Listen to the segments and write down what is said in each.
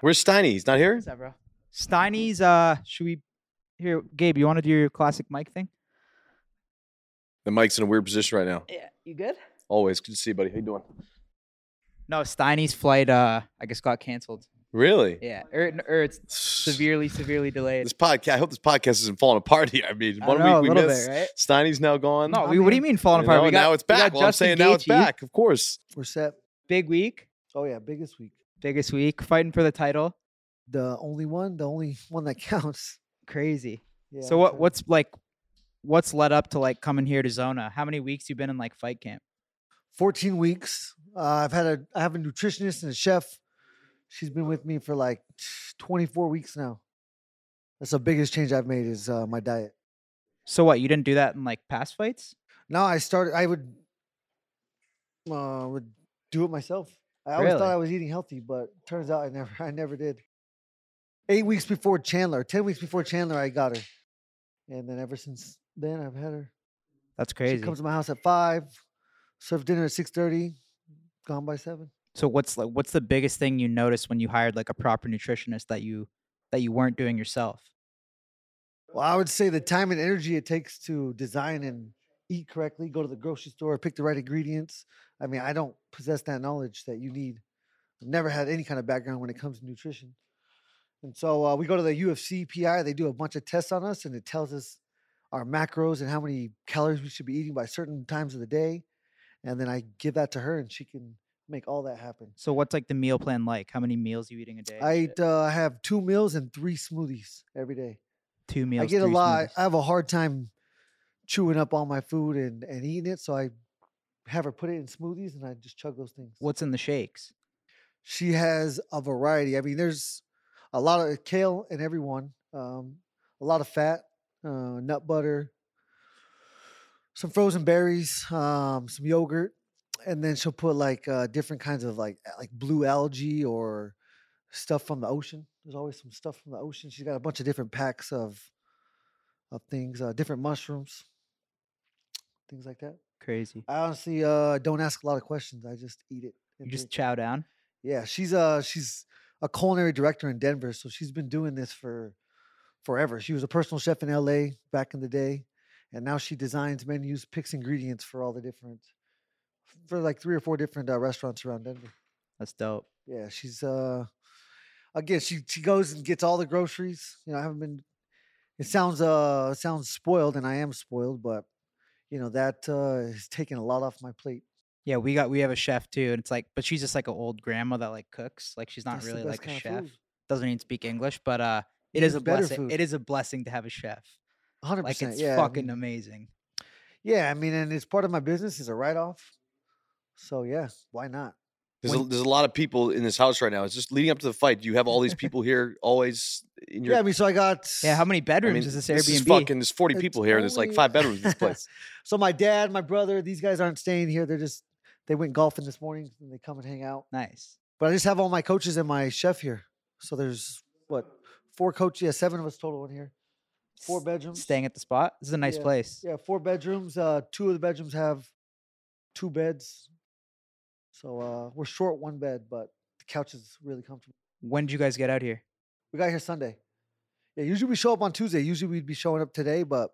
Where's Steiny? He's not here. What's up, bro? Steiny's. Uh, should we? Here, Gabe. You want to do your classic mic thing? The mic's in a weird position right now. Yeah. You good? Always good to see you, buddy. How you doing? No, Steiny's flight. Uh, I guess got canceled. Really? Yeah, or, or it's severely, severely delayed. This podcast. I hope this podcast isn't falling apart here. I mean, I one know, a week we little missed. bit, right? Steiny's now gone. No, we, what do you mean falling You apart? know, we got, now it's we got back. Well, I'm saying Justin now it's Gaethje, back. Of course. We're set. Big week, Oh yeah, biggest week. biggest week, fighting for the title. The only one, the only one that counts. Crazy. Yeah, so I'm what? excited. What's like? What's led up to like coming here to Zona? How many weeks you been in like fight camp? 14 weeks. Uh, I've had a I have a nutritionist and a chef. She's been with me for like 24 weeks now. That's the biggest change I've made is uh, my diet. So what? You didn't do that in like past fights? Now I started. I would uh, would do it myself. I always Really? thought I was eating healthy, but turns out I never I never did. Eight weeks before Chandler, ten weeks before Chandler, I got her, and then ever since then I've had her. That's crazy. She comes to my house at five, serve dinner at six thirty, gone by seven. so what's like? What's the biggest thing you noticed when you hired like a proper nutritionist that you that you weren't doing yourself? Well, I would say the time and energy it takes to design and eat correctly, go to the grocery store, pick the right ingredients. I mean, I don't possess that knowledge that you need. I've never had any kind of background when it comes to nutrition. And so uh, we go to the UFC PI, they do a bunch of tests on us, and it tells us our macros and how many calories we should be eating by certain times of the day. And then I give that to her, and she can make all that happen. So what's like the meal plan like? How many meals you eating a day? and I shit? eat, uh, I have two meals and three smoothies every day. two meals. I get a three lot. smoothies. I have a hard time chewing up all my food and, and eating it, so I have her put it in smoothies and I just chug those things. What's in the shakes? She has a variety. I mean, there's a lot of kale in every one. Um, a lot of fat, uh, nut butter, some frozen berries, um, some yogurt, and then she'll put like uh, different kinds of like a- like blue algae or stuff from the ocean. There's always some stuff from the ocean. She's got a bunch of different packs of of things, uh, different mushrooms, things like that. Crazy. I honestly uh, don't ask a lot of questions. I just eat it. You and just drink. chow down. Yeah, she's uh she's a culinary director in Denver, so she's been doing this for forever. She was a personal chef in LA back in the day, and now she designs menus, picks ingredients for all the different for like three or four different uh, restaurants around Denver. That's dope. Yeah, she's uh again, she she goes and gets all the groceries. You know, I haven't been it sounds uh it sounds spoiled and I am spoiled, but you know, that uh is taking a lot off my plate. Yeah, we got we have a chef too, and it's like, but she's just like an old grandma that like cooks. Like she's not That's the really like best a kind of chef. food. Doesn't even speak English, but uh, it Even is a better blessing. food. It is a blessing to have a chef. 100%. Like it's yeah, I fucking mean- amazing. Yeah, I mean, and it's part of my business. It's a write off. So yeah, why not? There's a, When- there's a lot of people in this house right now. It's just leading up to the fight. You have all these people here always in your. yeah, I mean, so I got Yeah, how many I bedrooms mean, is this Airbnb? This is fucking. There's 40 It's people here. and There's like only- five bedrooms in this place. so my dad, my brother, these guys aren't staying here. They're just they went golfing this morning and they come and hang out. nice. But I just have all my coaches and my chef here. So there's what four coaches? Yeah, seven of us total in here. Four S- bedrooms. Staying at the spot. This is a nice place. Yeah, four bedrooms. Uh, two of the bedrooms have two beds. So uh, we're short one bed, but the couch is really comfortable. When did you guys get out here? We got here Sunday. Yeah, usually we show up on Tuesday. Usually we'd be showing up today, but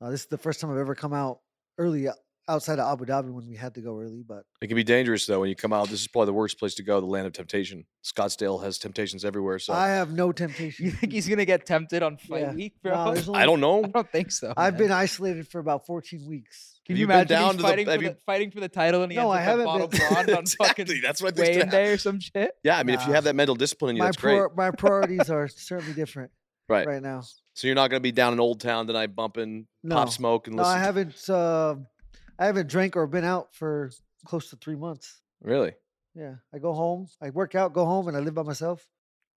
uh, this is the first time I've ever come out early o- outside of Abu Dhabi when we had to go early. But It can be dangerous though when you come out. This is probably the worst place to go. The land of temptation. Scottsdale has temptations everywhere. So I have no You temptation. think he's gonna get tempted on fight Yeah. week, bro? No, there's I only- don't know. I don't think so. I've man. been isolated for about 14 weeks. Can Have you you been imagine down he's to the- fighting, have for you- the, fighting for the title and he No, ends I up at haven't been. Bottle Blonde on exactly. fucking That's what I Wayne think. Day or some shit? Yeah, I mean, if you Nah. have that mental discipline in you, my that's great. prior- my priorities are certainly different Right. right now. So you're not going to be down in Old Town tonight bumping No. Pop Smoke and No, listen. I haven't. Uh, I haven't drank or been out for close to three months. Really? Yeah, I go home, I work out, go home, and I live by myself.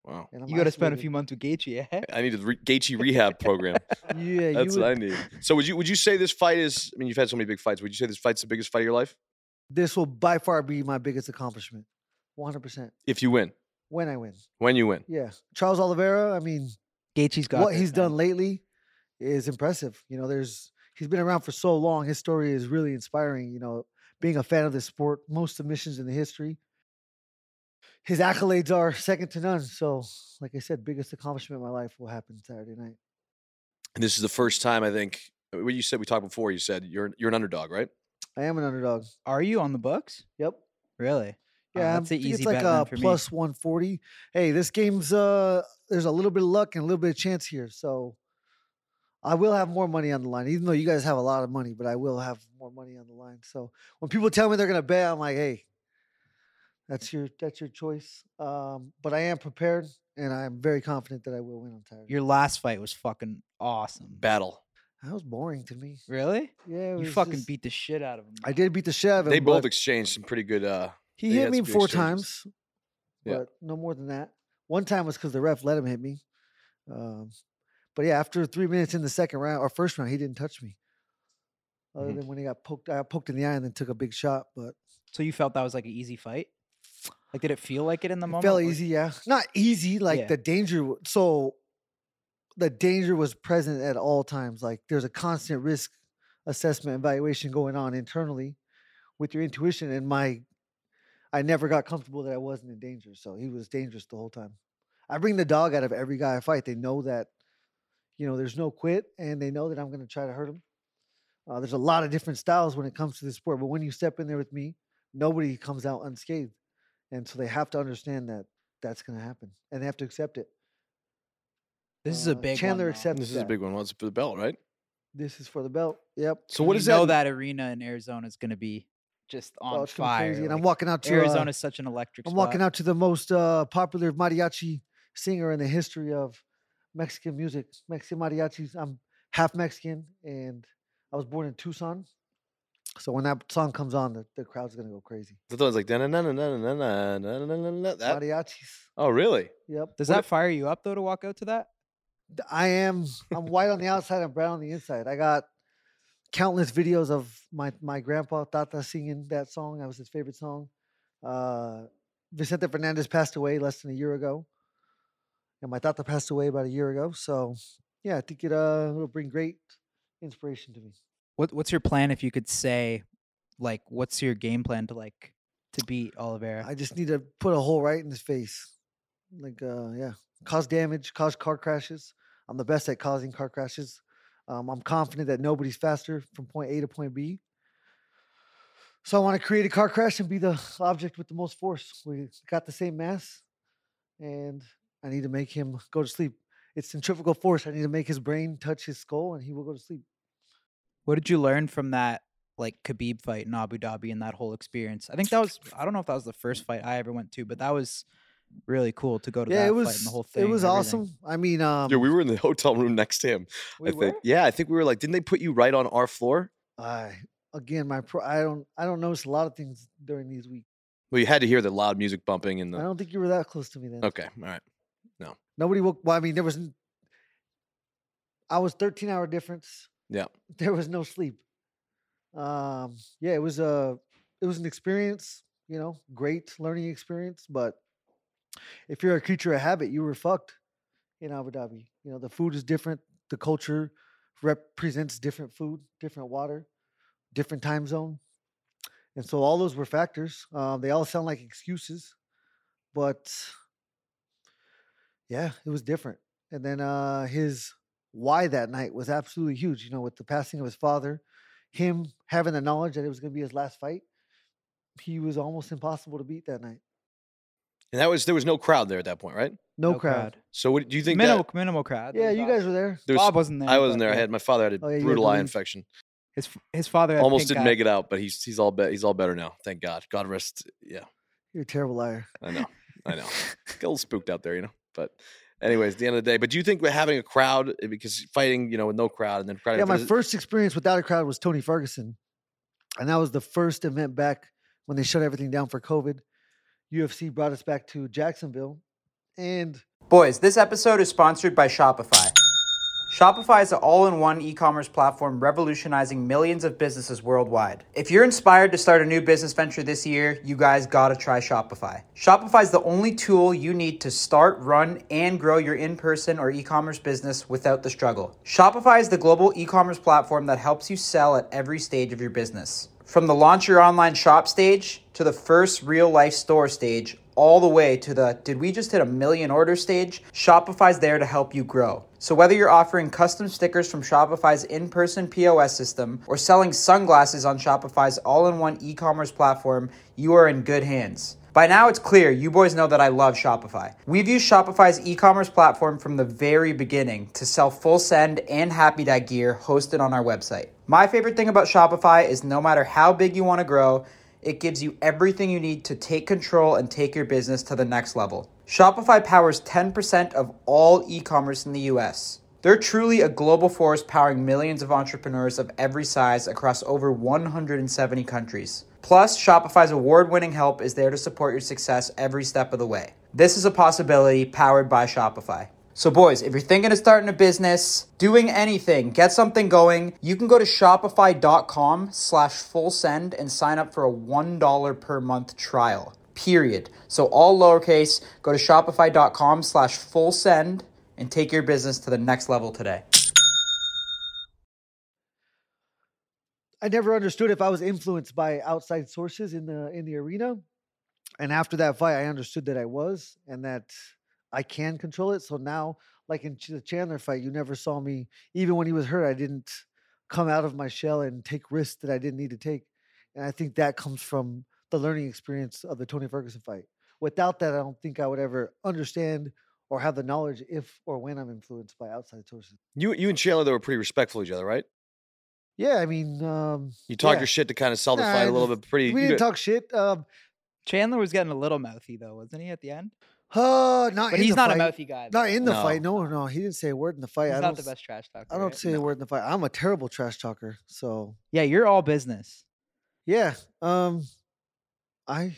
Wow. And I'm You got to spend a isolated. few months with Gaethje, eh? I need a re- Gaethje rehab program. Yeah, That's you what would- I need. So would you would you say this fight is? I mean, you've had so many big fights. Would you say this fight's the biggest fight of your life this will by far be my biggest accomplishment. 100%. if you win? When I win. When you win, Yeah. Charles Oliveira, I mean, Gaethje's got what this, he's man. done lately is impressive. You know, there's he's been around for so long. His story is really inspiring, you know, being a fan of this sport, most submissions in the history. his accolades are second to none. So, like I said, biggest accomplishment in my life will happen Saturday night. And this is the first time I think. What you said we talked before. You said you're you're an underdog, right? I am an underdog. Are you on the books? Yep. Really? Oh, Yeah, um, I that's an think easy it's like bet then a for plus 140. Hey, this game's uh there's a little bit of luck and a little bit of chance here. So I will have more money on the line, even though you guys have a lot of money, but I will have more money on the line. So when people tell me they're gonna bet, I'm like, hey, that's your that's your choice. Um, but I am prepared and I am very confident that I will win on Saturday. me. Your last fight was fucking awesome. Battle. that was boring to me. Really? Yeah, it You was fucking just- beat the shit out of him. I did beat the shit out of him. They both but exchanged some pretty good. uh he they hit had me some good four exchanges. times, Yeah. but no more than that. One time was because the ref let him hit me. Um, but yeah, after three minutes in the second round or first round, he didn't touch me. Other Mhm. than when he got poked, I got poked in the eye and then took a big shot. But So you felt that was like an easy fight? Like, did it feel like it in the it moment? fell Like, easy, yeah. Not easy, like Yeah. the danger. w- So the danger was present at all times. Like there's a constant risk assessment evaluation going on internally with your intuition. And my, I never got comfortable that I wasn't in danger. So he was dangerous the whole time. I bring the dog out of every guy I fight. They know that, you know, there's no quit, and they know that I'm going to try to hurt him. Uh, there's a lot of different styles when it comes to this sport, but when you step in there with me, nobody comes out unscathed, and so they have to understand that that's going to happen, and they have to accept it. This is a Uh, big Chandler one, though. accepted- This is a Yeah. big one. Well, it's for the belt, right? This is for the belt. Yep. So And what you is know that? that arena in Arizona is going to be just on Oh, it's gonna be fire. crazy, and I'm like, walking out to uh, Arizona's such an electric. I'm walking spot. out to the most uh, popular mariachi singer in the history of Mexican music, Mexican mariachis. I'm half Mexican, and I was born in Tucson. So when that song comes on, the, the crowd's gonna go crazy. The one's like na na na na na na na na na. That. Mariachis. Oh, really? Yep. Does What- that fire you up though to walk out to that? D- I am. I'm white on the outside. I'm brown on the inside. I got countless videos of my my grandpa Tata singing that song. That was his favorite song. Uh, Vicente Fernandez passed away less than a year ago, and my Tata passed away about a year ago. So, yeah, I think it uh it'll bring great inspiration to me. What What's your plan if you could say, like, what's your game plan to like to beat Oliveira? I just need to put a hole right in his face. Like, uh, yeah, cause damage, cause car crashes. I'm the best at causing car crashes. Um, I'm confident that nobody's faster from point A to point B. So I want to create a car crash and be the object with the most force. We got the same mass, and I need to make him go to sleep. It's centrifugal force. I need to make his brain touch his skull, and he will go to sleep. What did you learn from that like Khabib fight in Abu Dhabi and that whole experience? I think that was I don't know if that was the first fight I ever went to, but that was really cool to go to yeah, that it fight was. and the whole thing. it was everything. awesome. I mean, um, Yeah, we were in the hotel room next to him. We I were? think. Yeah, I think we were like, didn't they put you right on our floor? I again, my pro, I don't I don't notice a lot of things during these weeks. Well, you had to hear the loud music bumping and I the. don't think you were that close to me then. Okay, all right. Nobody woke. Well, I mean, there was. n- I was thirteen hour difference. Yeah. There was no sleep. Um. Yeah. It was a. It was an experience. You know, great learning experience. But if you're a creature of habit, you were fucked in Abu Dhabi. You know, the food is different. The culture represents different food, different water, different time zone, and so all those were factors. Um, they all sound like excuses, but yeah, it was different. And then uh, his why that night was absolutely huge. You know, with the passing of his father, him having the knowledge that it was going to be his last fight, he was almost impossible to beat that night. And that was there was no crowd there at that point, right? No, crowd. So what do you think? minimal that, minimal crowd. Yeah, There you was- guys were there. there was, Bob wasn't there. I wasn't but there. I yeah. had my father had a Oh, yeah, you had brutal eye Belize. infection. his f- his father had Almost pink didn't eye. make it out, but he's he's all be- he's all better now. Thank God. God rest. Yeah, You're a terrible liar. I know, I know. Got a little spooked out there, you know. But anyways, at the end of the day. But do you think we're having a crowd uh, because fighting, you know, with no crowd and then crowd? Yeah, my after- first experience without a crowd was Tony Ferguson. And that was the first event back when they shut everything down for COVID. UFC brought us back to Jacksonville. And Boys, this episode is sponsored by Shopify. Shopify is an all in one e commerce platform revolutionizing millions of businesses worldwide. If you're inspired to start a new business venture this year, you guys gotta try Shopify. Shopify is the only tool you need to start, run, and grow your in person or e commerce business without the struggle. Shopify is the global e commerce platform that helps you sell at every stage of your business. From the launch your online shop stage to the first real life store stage, all the way to the did we just hit a million order stage? Shopify's there to help you grow. So whether you're offering custom stickers from Shopify's in-person POS system or selling sunglasses on Shopify's all-in-one e-commerce platform, you are in good hands. By now, it's clear you boys know that I love Shopify. We've used Shopify's e commerce platform from the very beginning to sell full send and happy dye gear hosted on our website. My favorite thing about Shopify is no matter how big you want to grow, it gives you everything you need to take control and take your business to the next level. Shopify powers 10% of all e commerce in the US. They're truly a global force powering millions of entrepreneurs of every size across over 170 countries. Plus, Shopify's award winning help is there to support your success every step of the way. This is a possibility powered by Shopify. So, boys, if you're thinking of starting a business, doing anything, get something going, you can go to shopify.com slash full send and sign up for a $1 per month trial, period. So, all lowercase, go to shopify.com slash full send and take your business to the next level today. I never understood if I was influenced by outside sources in the in the arena. And after that fight, I understood that I was and that I can control it. So now, like in Ch- the Chandler fight, you never saw me. Even when he was hurt, I didn't come out of my shell and take risks that I didn't need to take. And I think that comes from the learning experience of the Tony Ferguson fight. Without that, I don't think I would ever understand or have the knowledge if or when I'm influenced by outside sources. You you and Chandler they were pretty respectful of each other, right? Yeah, I mean, um, You talked Yeah. your shit to kind of sell the Nah, fight I a little bit. Pretty. we you didn't got- talk shit. Um, Chandler was getting a little mouthy though, wasn't he at the end? uh, not But in he's the not a fight. mouthy guy. though. Not in the No. fight. No, no, he didn't say a word in the fight. He's I not don't. the s- best trash talker. I don't right? say a word in the fight. I'm a terrible trash talker. So Yeah, you're all business. yeah, um, I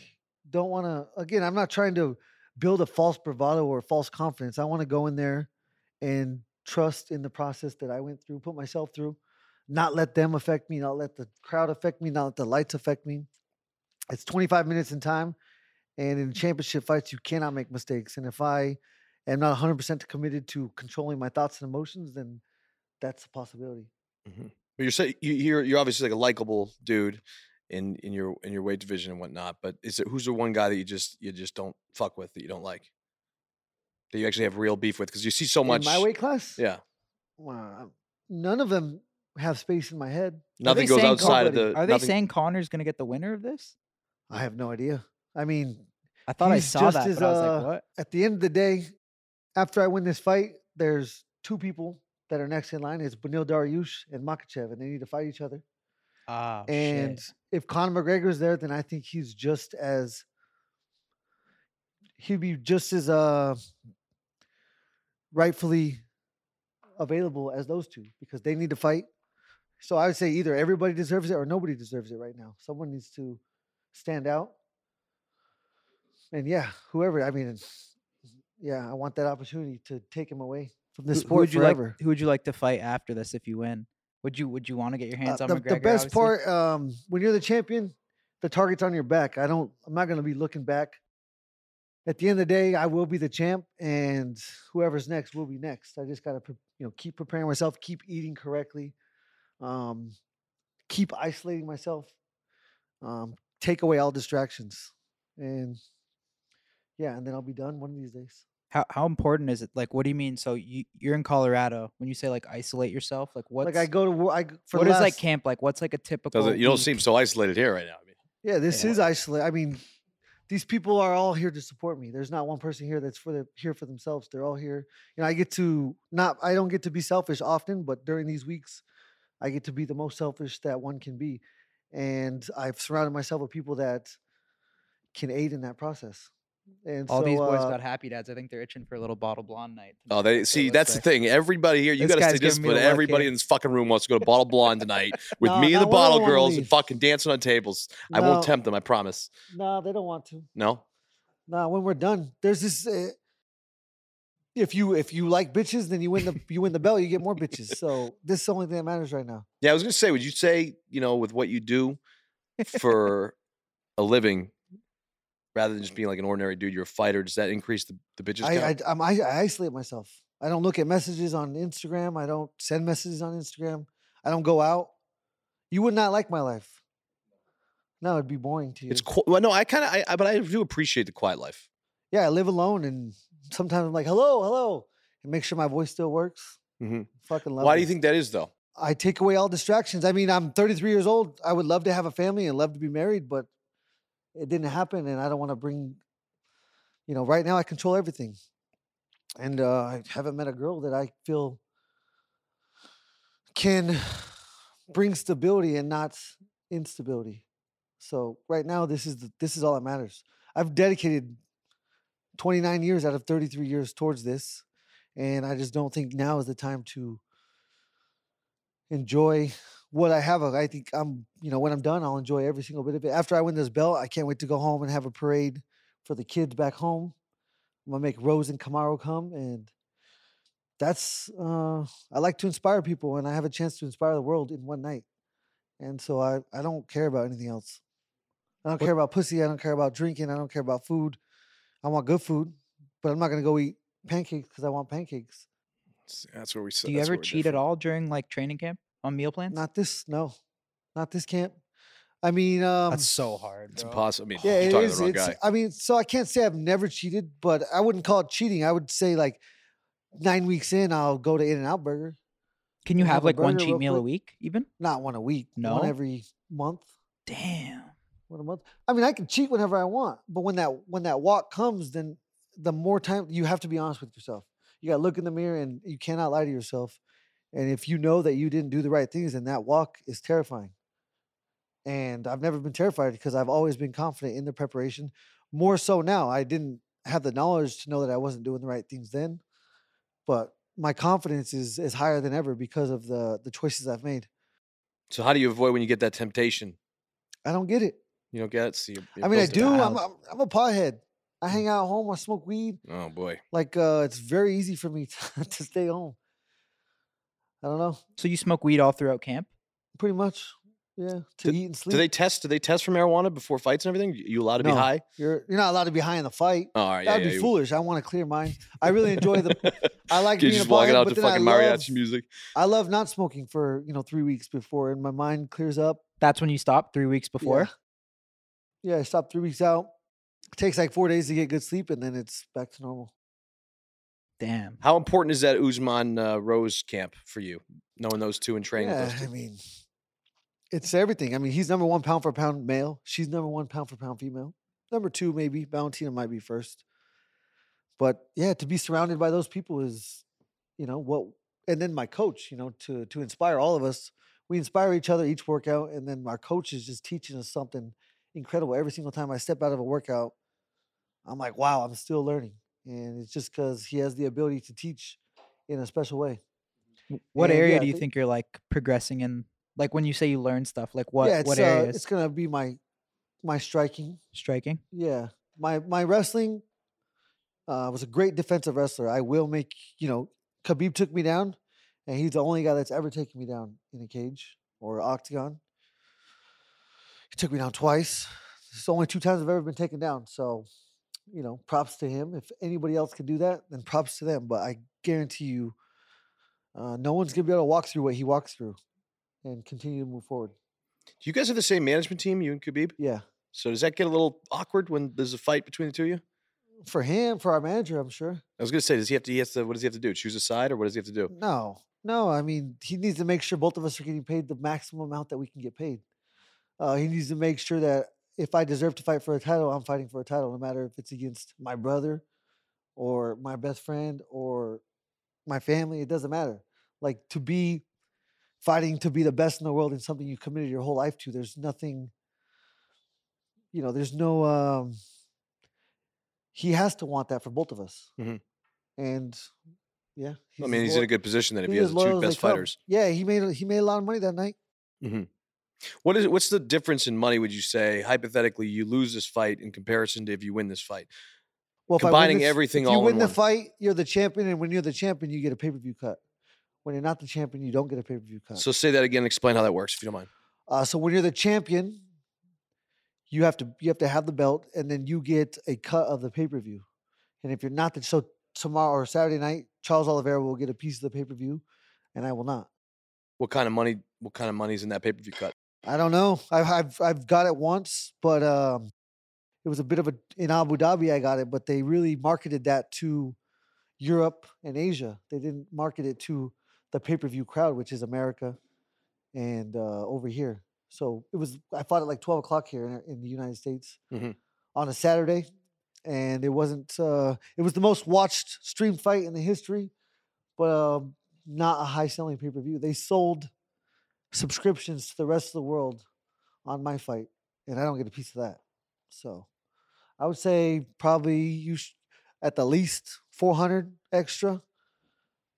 don't want to. Again, I'm not trying to build a false bravado or false confidence. I want to go in there and trust in the process that I went through, put myself through, not let them affect me, not let the crowd affect me, not let the lights affect me. It's 25 minutes in time, and Mm-hmm. in championship fights, you cannot make mistakes. And if I am not 100% committed to controlling my thoughts and emotions, then that's a possibility. But you're say, you, you're you're obviously like a likable dude in in your in your weight division and whatnot. But is it who's the one guy that you just you just don't fuck with that you don't like that you actually have real beef with because you see so much. in my weight class. yeah, Wow. None of them have space in my head. nothing they goes saying outside of comedy? the. Are they nothing- saying Connor's gonna get the winner of this? I have no idea. I mean, I thought I He's saw just that, as, but I was uh, like, what? at the end of the day, after I win this fight, there's two people that are next in line. It's Benil Dariush and Makachev, and they need to fight each other. Ah, Oh, and shit. if Conor McGregor's there, then I think he's just as he'd be just as uh rightfully available as those two because they need to fight. So I would say either everybody deserves it or nobody deserves it right now. Someone needs to stand out. And yeah, whoever, I mean, it's- yeah, I want that opportunity to take him away from this Who- who sport would you like? forever. Who would you like to fight after this if you win? Would you Would you want to get your Uh, hands on the, McGregor? the best obviously? part um, when you're the champion the target's on your back i don't i'm not going to be looking back at the end of the day i will be the champ and whoever's next will be next i just got to you know keep preparing myself keep eating correctly um, keep isolating myself um, take away all distractions and yeah and then i'll be done one of these days How How important is it? Like, what do you mean? So you You're in Colorado. When you say like isolate yourself, like what's like i go to wo- i g- for what the is like last- camp like? What's like a typical? Doesn't, you don't seem week? so isolated here right now. I mean, Yeah, this Yeah. is isolate. I mean, these people are all here to support me. There's not one person here that's for the here for themselves. They're all here. You know, I get to not I don't get to be selfish often, but during these weeks, I get to be the most selfish that one can be. And I've surrounded myself with people that can aid in that process. And All so, these boys uh, got happy dads. I think they're itching for a little bottle blonde night. oh, tonight, they so see it's that's the like- thing. Everybody here, you This got to stay guy's giving me disciplined. the look Everybody here. in this fucking room wants to go to Bottle Blonde tonight with No, me and the not one of Bottle them wanna Girls and leave. fucking dance on the tables. I No. won't tempt them. I promise. nah, they don't want to. No. Nah, when we're done, there's this. Uh, if you if you like bitches, then you win the you win the belt. You get more bitches. So this is the only thing that matters right now. Yeah, I was gonna say, would you say, you know, with what you do for a living, rather than just being like an ordinary dude, you're a fighter, does that increase the, the bitches count? I, I, I'm, I, I isolate myself. I don't look at messages on Instagram. I don't send messages on Instagram. I don't go out. You would not like my life. No, it'd be boring to you. it's qu- well, no, I kind of, I, I, but I do appreciate the quiet life. yeah, I live alone, and sometimes I'm like, hello, hello, and make sure my voice still works. Mhm. Fucking love. Why it. do you think that is though? I take away all distractions. I mean, I'm 33 years old. I would love to have a family and love to be married, but it didn't happen, and I don't want to bring. You know, right now I control everything, and uh, I haven't met a girl that I feel can bring stability and not instability. So right now, this is the, this is all that matters. I've dedicated 29 years out of 33 years towards this, and I just don't think now is the time to enjoy what I have. I think I'm, you know, when I'm done, I'll enjoy every single bit of it. After I win this belt, I can't wait to go home and have a parade for the kids back home. I'm gonna make Rose and Camaro come, and that's uh, I like to inspire people, and I have a chance to inspire the world in one night. And so I, I don't care about anything else. I don't care about pussy. I don't care about drinking. I don't care about food. I want good food, but I'm not gonna go eat pancakes because I want pancakes. It's- That's where we. Do you ever cheat at all during like training camp on meal plans? Not this, no, not this camp. I mean, um, That's so hard. It's bro. impossible. I mean, yeah, you're it talking is. to the wrong it's, guy. I mean, so I can't say I've never cheated, but I wouldn't call it cheating. I would say like nine weeks in, I'll go to In and Out Burger, Can you Have have a like one burger cheat real meal a quick. week even? not one a week, No? one every month, Damn. one a month. I mean, I can cheat whenever I want, but when that when that walk comes, then the more time you have to be honest with yourself. You got to look in the mirror, and you cannot lie to yourself. And if you know that you didn't do the right things, then that walk is terrifying. And I've never been terrified because I've always been confident in the preparation. More so now, I didn't have the knowledge to know that I wasn't doing the right things then, but my confidence is is higher than ever because of the the choices I've made. So how do you avoid when you get that temptation? I don't get it. You don't get it. So you, you I mean, I bust it do. out. I'm I'm, I'm a pothead. I Mm. hang out at home. I smoke weed. Oh boy. Like uh, it's very easy for me to, to stay home. I don't know. So you smoke weed all throughout camp? Pretty much, yeah. To eat and sleep. Do they test? Do they test for marijuana before fights and everything? You- You allowed to No. be high? You're you're not allowed to be high in the fight. Oh, all right. That'd yeah, be yeah, you- foolish. I want to clear mind. I really enjoy the. I like You're being just a pothead, walking out but to then I fucking love, mariachi music. I love not smoking for you know three weeks before, and my mind clears up. That's when you stop three weeks before. Yeah, yeah I stopped three weeks out. It takes like four days to get good sleep, and then it's back to normal. Damn. How important is that Usman uh, Rose camp for you? Knowing those two and training. with Yeah, those I two? mean, it's everything. I mean, he's number one pound for pound male. She's number one pound for pound female. Number two, maybe Valentina might be first. But yeah, to be surrounded by those people is, you know, what. And then my coach, you know, to to inspire all of us. We inspire each other each workout, and then our coach is just teaching us something incredible every single time I step out of a workout. I'm like, wow, I'm still learning, and it's just because he has the ability to teach in a special way. W- What And area yeah, do you the- think you're like progressing in? Like when you say you learn stuff, like what yeah, it's, what uh, areas? it's gonna be my my striking. Striking. Yeah, my my wrestling. Uh, was a great defensive wrestler. I will make you know. Khabib took me down, and he's the only guy that's ever taken me down in a cage or octagon. He took me down twice. It's the only two times I've ever been taken down. So, you know, props to him. If anybody else could do that, then props to them. But I guarantee you, uh, no one's gonna be able to walk through what he walks through, and continue to move forward. Do you guys have the same management team, you and Khabib? Yeah. So does that get a little awkward when there's a fight between the two of you? For him, for our manager, I'm sure. I was gonna say, does he have to? He has to. What does he have to do? Choose a side, or what does he have to do? No, no. I mean, he needs to make sure both of us are getting paid the maximum amount that we can get paid. Uh, he needs to make sure that if I deserve to fight for a title, I'm fighting for a title, no matter if it's against my brother or my best friend or my family. It doesn't matter. Like to be fighting to be the best in the world in something you committed your whole life to. There's nothing, you know. There's no. Um, he has to want that for both of us. Mhm. And yeah, I mean, as he's in loyal- a good position then if He's he has as the loyal two as they best come. fighters. Yeah, he made a- he made a lot of money that night. What is what's the difference in money? Would you say hypothetically you lose this fight in comparison to if you win this fight? Well, if I win Combining this- everything if all you in win the one. fight, you're the champion, and when you're the champion, you get a pay per view cut. When you're not the champion, you don't get a pay per view cut. So say that again. Explain how that works, if you don't mind. Uh, so when you're the champion, you have to you have to have the belt, and then you get a cut of the pay per view. And if you're not the so tomorrow or Saturday night, Charles Oliveira will get a piece of the pay per view, and I will not. What kind of money? What kind of money's in that pay per view cut? I don't know. I've I've, I've got it once, but um, it was a bit of a in Abu Dhabi I got it, but they really marketed that to Europe and Asia. They didn't market it to the pay-per-view crowd, which is America and uh, over here. So it was I fought at like twelve o'clock here in, in the United States Mhm. on a Saturday, and it wasn't. Uh, it was the most watched stream fight in the history, but um, not a high-selling pay-per-view. They sold subscriptions to the rest of the world on my fight, and I don't get a piece of that. So I would say probably you sh- at the least 400 extra,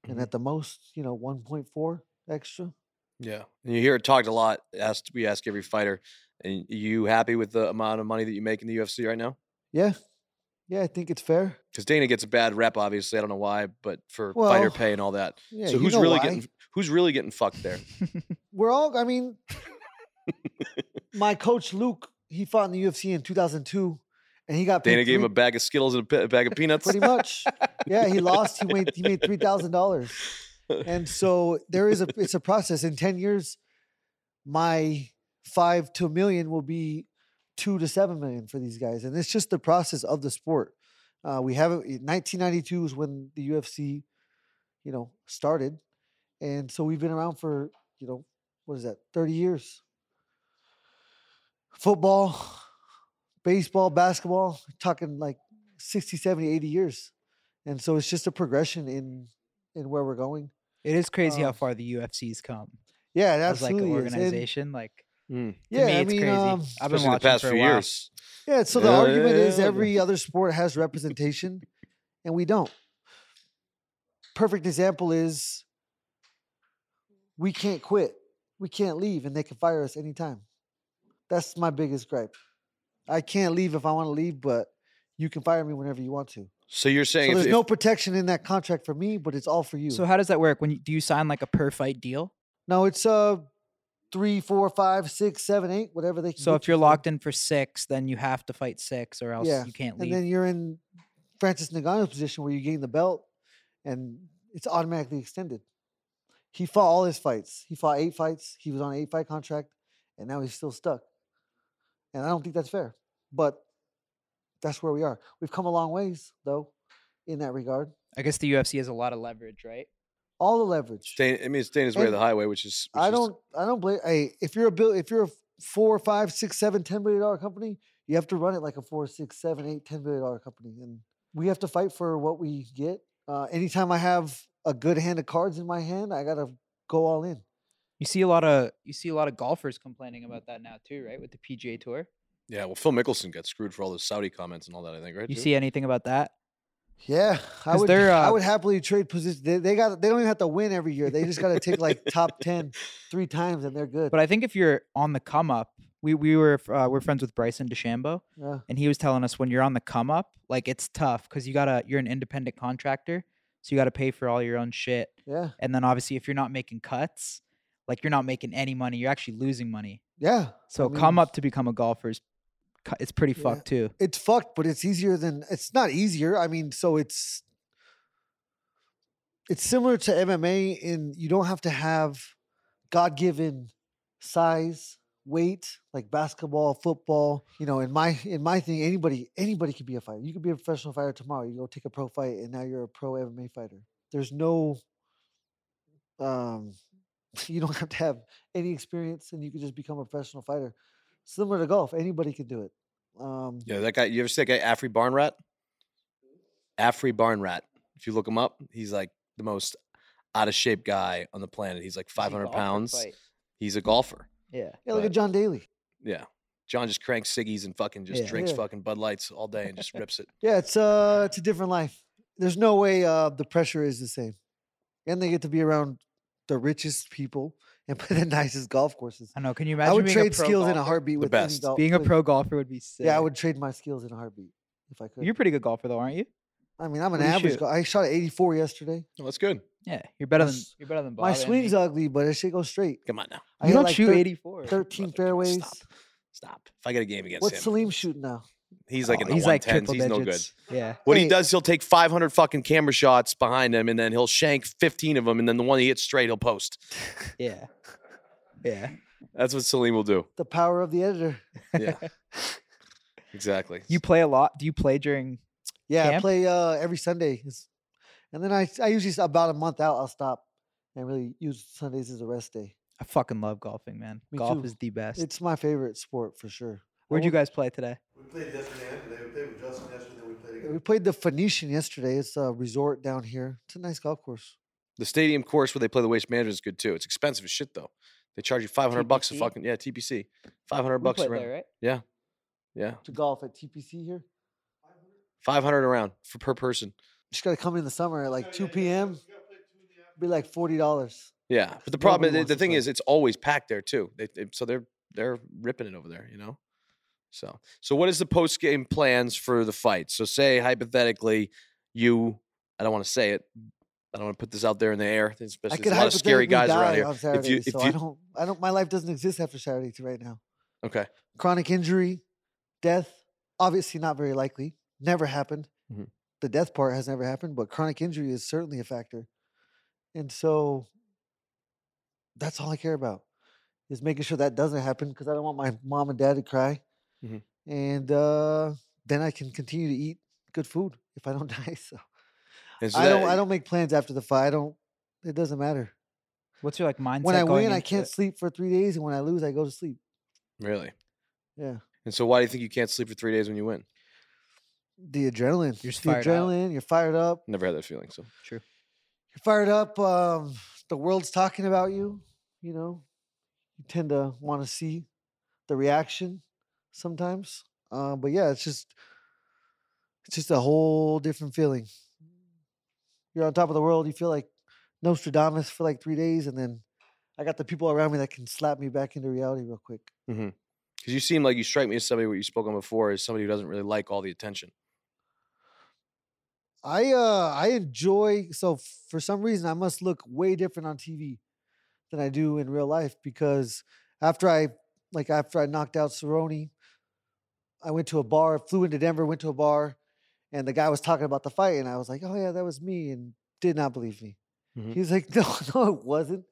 and Mhm. at the most, you know, 1.4 extra. Yeah, and you hear it talked a lot. Asked we ask every fighter, and you happy with the amount of money that you make in the UFC right now? Yeah. Yeah, I think it's fair. Because Dana gets a bad rep, obviously. I don't know why, but for fighter Well, pay and all that. Yeah, so you who's know really why. getting who's really getting fucked there? We're all, I mean, my coach Luke, he fought in the UFC in 2002, and he got paid Dana gave him a three- bag of Skittles and a, pe- a bag of peanuts. pretty much. yeah, he lost. He made he made three thousand dollars, and so there is a it's a process. In ten years, my five to a million will be two to seven million for these guys, and it's just the process of the sport. Uh, we have it. 1992 is when the UFC, you know, started, and so we've been around for you know what is that 30 years. Football, baseball, basketball, talking like 60 70 80 years and so it's just a progression in in where we're going It is crazy how Um, far the UFC's come yeah it as like absolutely an is. And organization. Like Mm. to yeah me, i it's mean crazy. um, I've been Especially watching the past for a few while. years. yeah so the Yeah, argument is yeah, yeah. every other sport has representation and we don't perfect example is we can't quit we can't leave and they can fire us anytime that's my biggest gripe i can't leave if i want to leave but you can fire me whenever you want to So you're so saying if, there's if- no protection in that contract for me but it's all for you So how does that work? When you, do you sign like a per fight deal? No, it's uh three, four, five, six, seven, eight, whatever they can. So get if you you're for. locked in for six, then you have to fight six, or else Yeah, you can't and leave. then you're in Francis Ngannou's position where you gain the belt, and it's automatically extended. He fought all his fights. He fought eight fights. He was on an eight fight contract, and now he's still stuck. And I don't think that's fair, but that's where we are. We've come a long ways though, in that regard. I guess the UFC has a lot of leverage, right? All the leverage. Dana, I mean, it's Dana's way of And the highway, which is which I is- don't. I don't blame. Hey, if you're a bill, if you're a four, five, six, seven, ten billion dollar company, you have to run it like a four, six, seven, eight, ten billion dollar company, and we have to fight for what we get. Uh, anytime I have a good hand of cards in my hand, I gotta go all in. You see a lot of you see a lot of golfers Mm. complaining about that now too, right? With the PGA Tour, Yeah, well, Phil Mickelson got screwed for all those Saudi comments and all that. I think, right? you too? see anything about that? Yeah, I 'Cause would. they're, I uh, would happily trade positions. They, they got. They don't even have to win every year. They just gotta take like top ten three times, and they're good. But I think if you're on the come up, we we were f- uh, we're friends with Bryson DeChambeau, yeah. and he was telling us when you're on the come up, like it's tough because you gotta you're an independent contractor, so you gotta pay for all your own shit, Yeah. and then obviously if you're not making cuts, like you're not making any money, you're actually losing money. Yeah. So I mean- come up to become a golfer is cu- it's pretty Yeah. fucked too. it's fucked, but it's easier than it's not easier. I mean, so it's it's similar to MMA in you don't have to have God given size, weight, like basketball, football. You know, in my in my thing, anybody anybody could be a fighter. You could be a professional fighter tomorrow. You go take a pro fight, and now you're a pro MMA fighter. There's no um you don't have to have any experience and you can just become a professional fighter. Similar to golf, anybody could do it. Um, Yeah, that guy. You ever see that guy Afri Barnrat? Afri Barnrat. If you look him up, he's like the most out of shape guy on the planet. He's like 500 pounds. He's a golfer. Yeah. Yeah, look But- at John Daly. Yeah. John just cranks ciggies and fucking just Yeah. drinks Yeah. fucking Bud Lights all day and just rips it. Yeah, it's uh it's a different life. There's no way uh the pressure is the same. And they get to be around the richest people and play the nicest golf courses. I know. Can you imagine? I would being trade a pro skills in a golfer? heartbeat with any best. golf. Being a with- pro golfer would be sick. Yeah, I would trade my skills in a heartbeat if I could. You're a pretty good golfer though, aren't you? I mean, I'm what an do you average shoot? golfer. I shot an 84 yesterday. Oh, that's good. Yeah, you're better than s- you're better than Bob. my and swing's me. ugly, but it should go straight. Come on now. I You hit don't like shoot thir- 84. 13 Brother, come on, fairways. Stop. Stop. If I get a game against What's him, Salim shooting now? he's like Oh, in the he's 110s. like triple he's no good. digits. Yeah. What he Hey. does, he'll take 500 fucking camera shots behind him, and then he'll shank 15 of them, and then the one he hits straight, he'll post. Yeah. Yeah. That's what Salim will do. The power of the editor. Yeah. Exactly. You play a lot. Do you play during? Yeah, I Camp? play uh, every Sunday, It's- and then I I usually s- about a month out I'll stop and really use Sundays as a rest day. I fucking love golfing, man. Me Golf too. is the best. It's my favorite sport for sure. Where'd you guys play today? We played yesterday. and They played with Justin yesterday. Then we played again. We played the Phoenician yesterday. It's a resort down here. It's a nice golf course. The stadium course where they play the waste management is good too. It's expensive as shit though. They charge you five hundred bucks a TPC? fucking yeah TPC, five hundred bucks a round. right? Yeah, To golf at TPC here. five hundred a round for per person. Just gotta come in the summer at like 2 p.m. Be like forty dollars. Yeah, but the Nobody problem the, wants the to thing play. is it's always packed there too. They, they- so they're they're ripping it over there, you know. So so what is the post game plans for the fight? So say hypothetically, you I don't want to say it. I don't want to put this out there in the air. There's, I there's could a lot of scary hypothetically guys around die here. on Saturday, you- if so you- I don't. I don't. My life doesn't exist after Saturday to right now. Okay. Chronic injury, death, obviously not very likely. Never happened. Mm-hmm. Mhm. The death part has never happened, but chronic injury is certainly a factor. And so, that's all I care about is making sure that doesn't happen because I don't want my mom and dad to cry. Mhm. Mm-hmm. And uh, then I can continue to eat good food if I don't die. So, And so I don't. that- I don't make plans after the fight. I don't. It doesn't matter What's your like mindset? when I going win, I into can't it? sleep for three days, and when I lose, I go to sleep. really. Yeah, And so why do you think you can't sleep for three days when you win? the adrenaline. You're just the fired up. adrenaline. You're fired up. Never had that feeling. So True. You're fired up. Um, the world's talking about you. You know, you tend to want to see the reaction sometimes. Uh, but yeah, it's just it's just a whole different feeling. You're on top of the world. You feel like Nostradamus for like three days, and then I got the people around me that can slap me back into reality real quick. because you seem like you strike me as somebody what you spoke on before is somebody who doesn't really like all the attention. I uh I enjoy so f- for some reason I must look way different on TV than I do in real life because after I like after I knocked out Cerrone, I went to a bar, flew into Denver, went to a bar, and the guy was talking about the fight, and I was like, Oh yeah, that was me, and did not believe me. Mhm. He was like, No, no, it wasn't.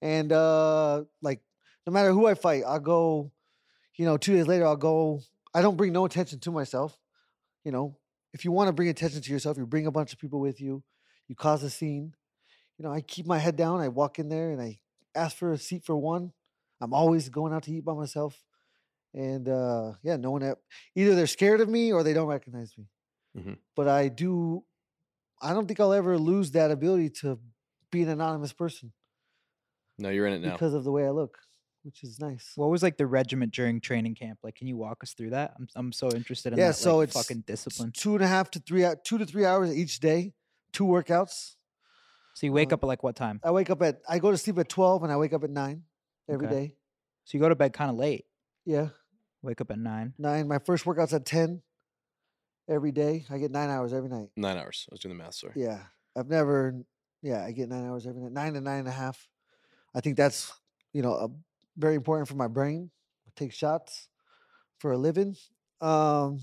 And uh like no matter who I fight, I'll go, you know, two days later I'll go I don't bring no attention to myself. You know, if you want to bring attention to yourself, you bring a bunch of people with you, you cause a scene. You know, I keep my head down, I walk in there and I ask for a seat for one. I'm always going out to eat by myself. And uh yeah, no one e- either they're scared of me or they don't recognize me. Mhm. But I do I don't think I'll ever lose that ability to be an anonymous person No, you're in it now. because of the way I look, which is nice. What was like the regiment during training camp? Like, can you walk us through that? I'm I'm so interested in Yeah, that. like, so it's- fucking It's discipline. two and a half to three hou- two to three hours each day, two workouts. So you wake uh, up at like what time? I wake up at I go to sleep at twelve and I wake up at nine every day. Okay. So you go to bed kind of late. Yeah, Wake up at nine. nine. My first workout's at ten every day. I get nine hours every night. Nine hours. I was doing the math. Sorry. Yeah, I've never. Yeah, I get nine hours every night, nine to nine and a half. I think that's you know a, very important for my brain. I take shots for a living, um,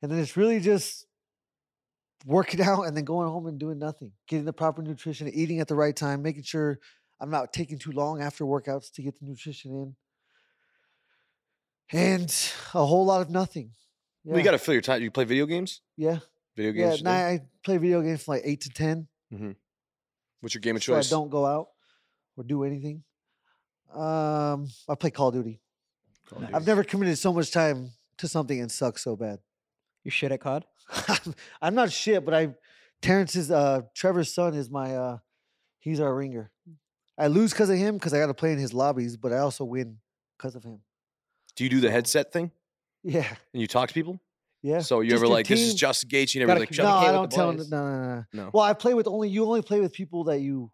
and then it's really just working out and then going home and doing nothing, getting the proper nutrition, eating at the right time, making sure I'm not taking too long after workouts to get the nutrition in, and a whole lot of nothing. Well, you got to fill your time. You play video games. yeah. Video Yeah, games. at night I play video games from like eight to ten, What's your game of so I choice? don't go out or do anything. Um, I play Call of Duty. Call of I've Duty. I've never committed so much time to something and sucks so bad. You shit at COD? I'm not shit, but I Terrence's uh Trevor's son is my uh he's our ringer. I lose because of him because I got to play in his lobbies, but I also win because of him. Do you do the headset thing Yeah, and you talk to people? yeah. So you Just ever your like this is team. Justin Gaethje and Gotta everybody's like keep- Justin No, I with don't the tell. No, boys. no, no, no. No. Well, I play with only you. Only play with people that you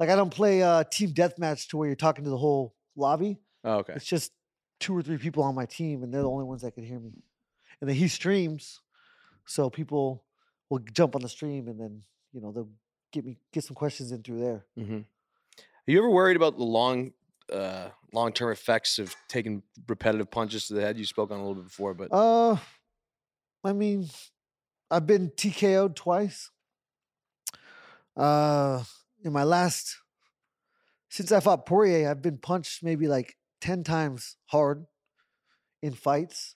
like. I don't play uh, team deathmatch to where you're talking to the whole lobby. Oh, okay. It's just two or three people on my team, and they're the only ones that can hear me. And then he streams, so people will jump on the stream, and then you know they'll get me get some questions in through there. Mm-hmm. Are you ever worried about the long, uh, long term effects of taking repetitive punches to the head? You spoke on a little bit before, but Uh, I mean, I've been TKO'd twice. Uh, in my last, since I fought Poirier, I've been punched maybe like 10 times hard in fights.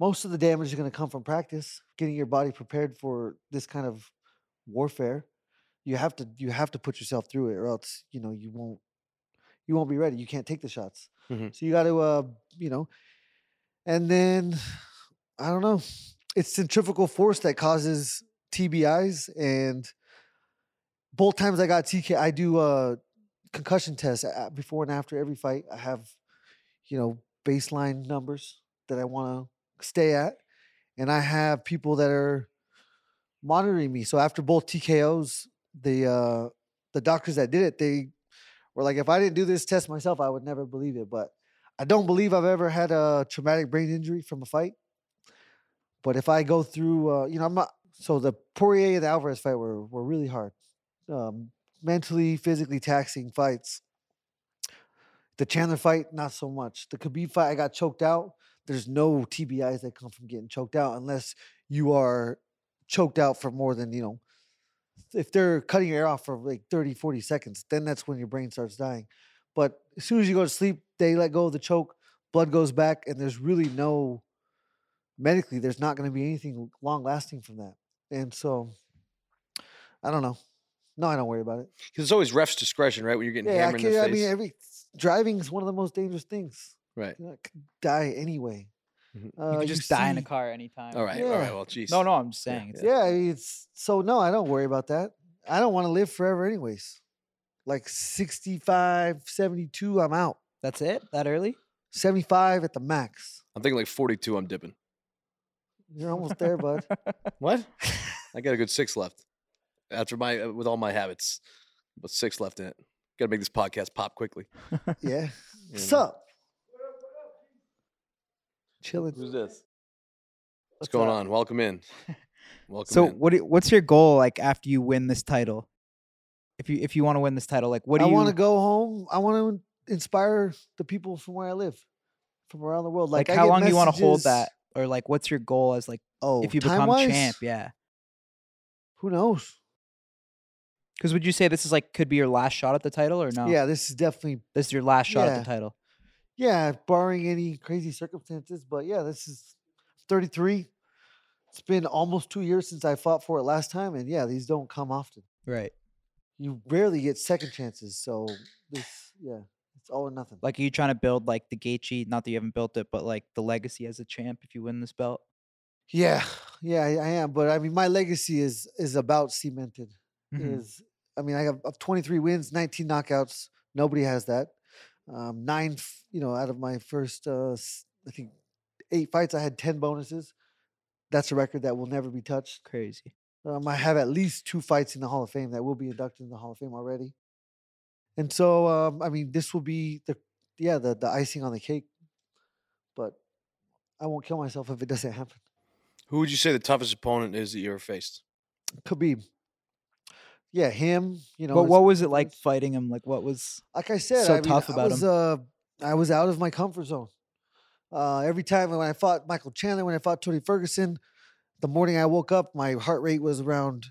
Most of the damage is going to come from practice, getting your body prepared for this kind of warfare. You have to you have to put yourself through it, or else you know you won't you won't be ready. You can't take the shots. Mhm. So you got to uh, you know, and then I don't know. It's centrifugal force that causes TBIs, and both times I got TK, I do uh, concussion tests a- before and after every fight. I have, you know, baseline numbers that I want to stay at, and I have people that are monitoring me. So after both TKOs, the uh, the doctors that did it, they were like, if I didn't do this test myself, I would never believe it. But I don't believe I've ever had a traumatic brain injury from a fight. But if I go through, uh, you know, I'm not. So the Poirier and Alvarez fight were were really hard, um, mentally, physically taxing fights. The Chandler fight, not so much. The Khabib fight, I got choked out. There's no TBIs that come from getting choked out unless you are choked out for more than you know. If they're cutting your air off for like 30, 40 seconds, then that's when your brain starts dying. But as soon as you go to sleep, they let go of the choke, blood goes back, and there's really no medically, there's not going to be anything long lasting from that. And so, I don't know. No, I don't worry about it. Because it's always ref's discretion, right? When you're getting Yeah, I, hammered in can, the I face. mean, every driving is one of the most dangerous things. Right. You know, it could die anyway. Mhm. Uh, Mm-hmm. you could just die in a see- car anytime. all right. All Yeah. right. Well, geez. No, no, I'm just saying. it's- Yeah, it's so no, I don't worry about that. I don't want to live forever, anyways. Like 65, 72, I'm out. That's it? That early? 75 at the max. I'm thinking like 42. I'm dipping. You're almost there, bud. What? I got a good six left after my uh, with all my habits, but six left in it. Got to make this podcast pop quickly. Yeah. you What's know? up? Chilling. Who's this? What's What's going up? on? Welcome in. Welcome So in. what do- what's your goal like after you win this title? If you if you want to win this title, like what do I you want to go home. I want to inspire the people from where I live, from around the world. like, Like, I how get long do you want to hold messages- that or like what's your goal as like Oh, if you become time-wise? champ, yeah. Who knows? Cuz would you say this is like could be your last shot at the title or no? Yeah, this is definitely This is your last shot at Yeah. the title. yeah, barring any crazy circumstances. But yeah, this is 33. It's been almost two years since I fought for it last time, and yeah, these don't come often. Right. You rarely get second chances, so this yeah, it's all or nothing. Like are you trying to build like the Gaethje, not that you haven't built it, but like the legacy as a champ if you win this belt? Yeah, yeah, I I am. But I mean, my legacy is is about cemented. Mhm. Is I mean, I have, of 23 wins, 19 knockouts. Nobody has that. Um, nine, f- you know, out of my first, uh, s- I think, eight fights, I had 10 bonuses. That's a record that will never be touched. Crazy. Um, I have at least two fights in the Hall of Fame that will be inducted in the Hall of Fame already. And so, um, I mean, this will be the yeah the the icing on the cake. But I won't kill myself if it doesn't happen. Who would you say the toughest opponent is that you ever faced? Khabib. Yeah, him. You know, But his- what was it like fighting him? Like what was like I said, so I mean, tough about I was, Uh, I was out of my comfort zone. Uh, every time when I fought Michael Chandler, when I fought Tony Ferguson, the morning I woke up, my heart rate was around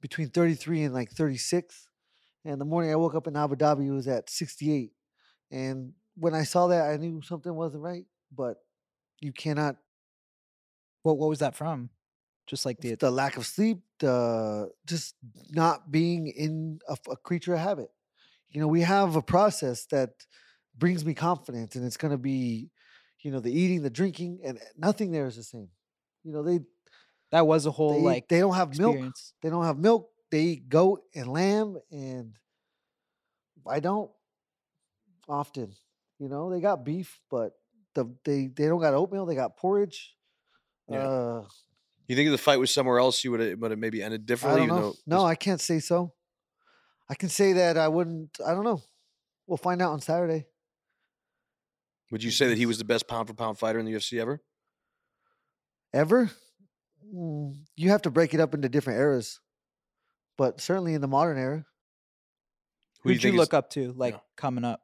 between 33 and like 36. And the morning I woke up in Abu Dhabi, it was at 68. And when I saw that, I knew something wasn't right. But you cannot what what was that from? Just like the the lack of sleep, the just not being in a, f- a creature of habit. You know, we have a process that brings me confidence, and it's going to be, you know, the eating, the drinking, and eh, nothing there is the same. You know, they that was a whole they, like they don't have milk. experience. They don't have milk. They eat goat and lamb, and I don't often. You know, they got beef, but the, they they don't got oatmeal. They got porridge. Yeah. Uh, You think if the fight was somewhere else, you would have, would have maybe ended I differently? don't know. even though No, I can't say so. I can say that I wouldn't. I don't know. We'll find out on Saturday. Would you say that he was the best pound for pound fighter in the UFC ever? Ever? Mm, you have to break it up into different eras, but certainly in the modern era. Who do Who'd you, think is- look up to like Yeah. coming up?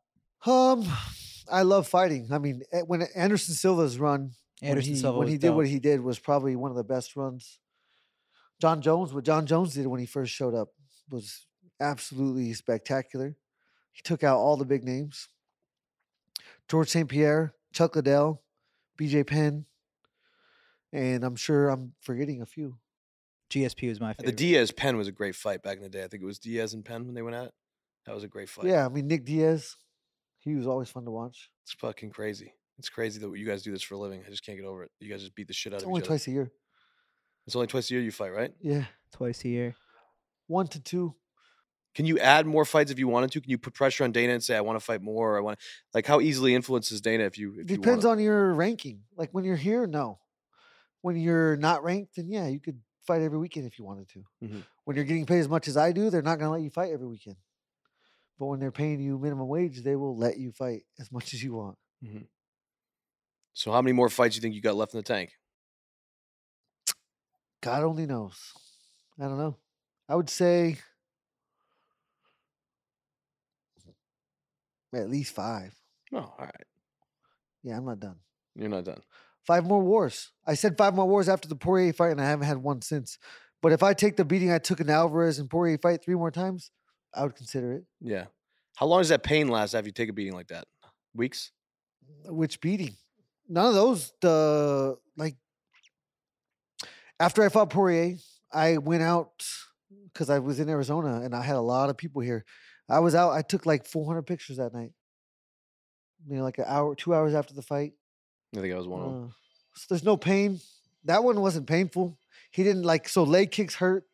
Um, I love fighting. I mean, eh, when Anderson Silva's run, Anderson when he, Silva when was he did what dope. he did, was probably one of the best runs. John Jones, what John Jones did when he first showed up, was absolutely spectacular. He took out all the big names. George St. Pierre, Chuck Liddell, BJ Penn, and I'm sure I'm forgetting a few. GSP was my favorite. The Diaz Penn was a great fight back in the day. I think it was Diaz and Penn when they went at it. That was a great fight. yeah, I mean Nick Diaz, he was always fun to watch. It's fucking crazy. It's crazy that you guys do this for a living. I just can't get over it. You guys just beat the shit out It's of only each twice a year. other. It's only twice a year you fight, right? Yeah, twice a year. one to two. Can you add more fights if you wanted to? Can you put pressure on Dana and say, "I want to fight more"? Or I want like how easily influences Dana if you if you Depends wanna- on your ranking. Like when you're here, no. When you're not ranked, then yeah, you could fight every weekend if you wanted to. Mhm. When you're getting paid as much as I do, they're not going to let you fight every weekend. But when they're paying you minimum wage, they will let you fight as much as you want. So how many more fights you think you got left in the tank? God only knows. I don't know. I would say at least five. No, Oh, all right. Yeah, I'm not done. You're not done. Five more wars. I said five more wars after the Poirier fight, and I haven't had one since. But if I take the beating I took in the Alvarez and Poirier fight three more times, I would consider it. Yeah. How long does that pain last after you take a beating like that? Weeks? Which beating? None of those. The like after I fought Poirier, I went out because I was in Arizona and I had a lot of people here. I was out. I took like 400 pictures that night. You know, like an hour, two hours after the fight. I think I was one of them. Uh, so there's no pain. That one wasn't painful. He didn't like so leg kicks hurt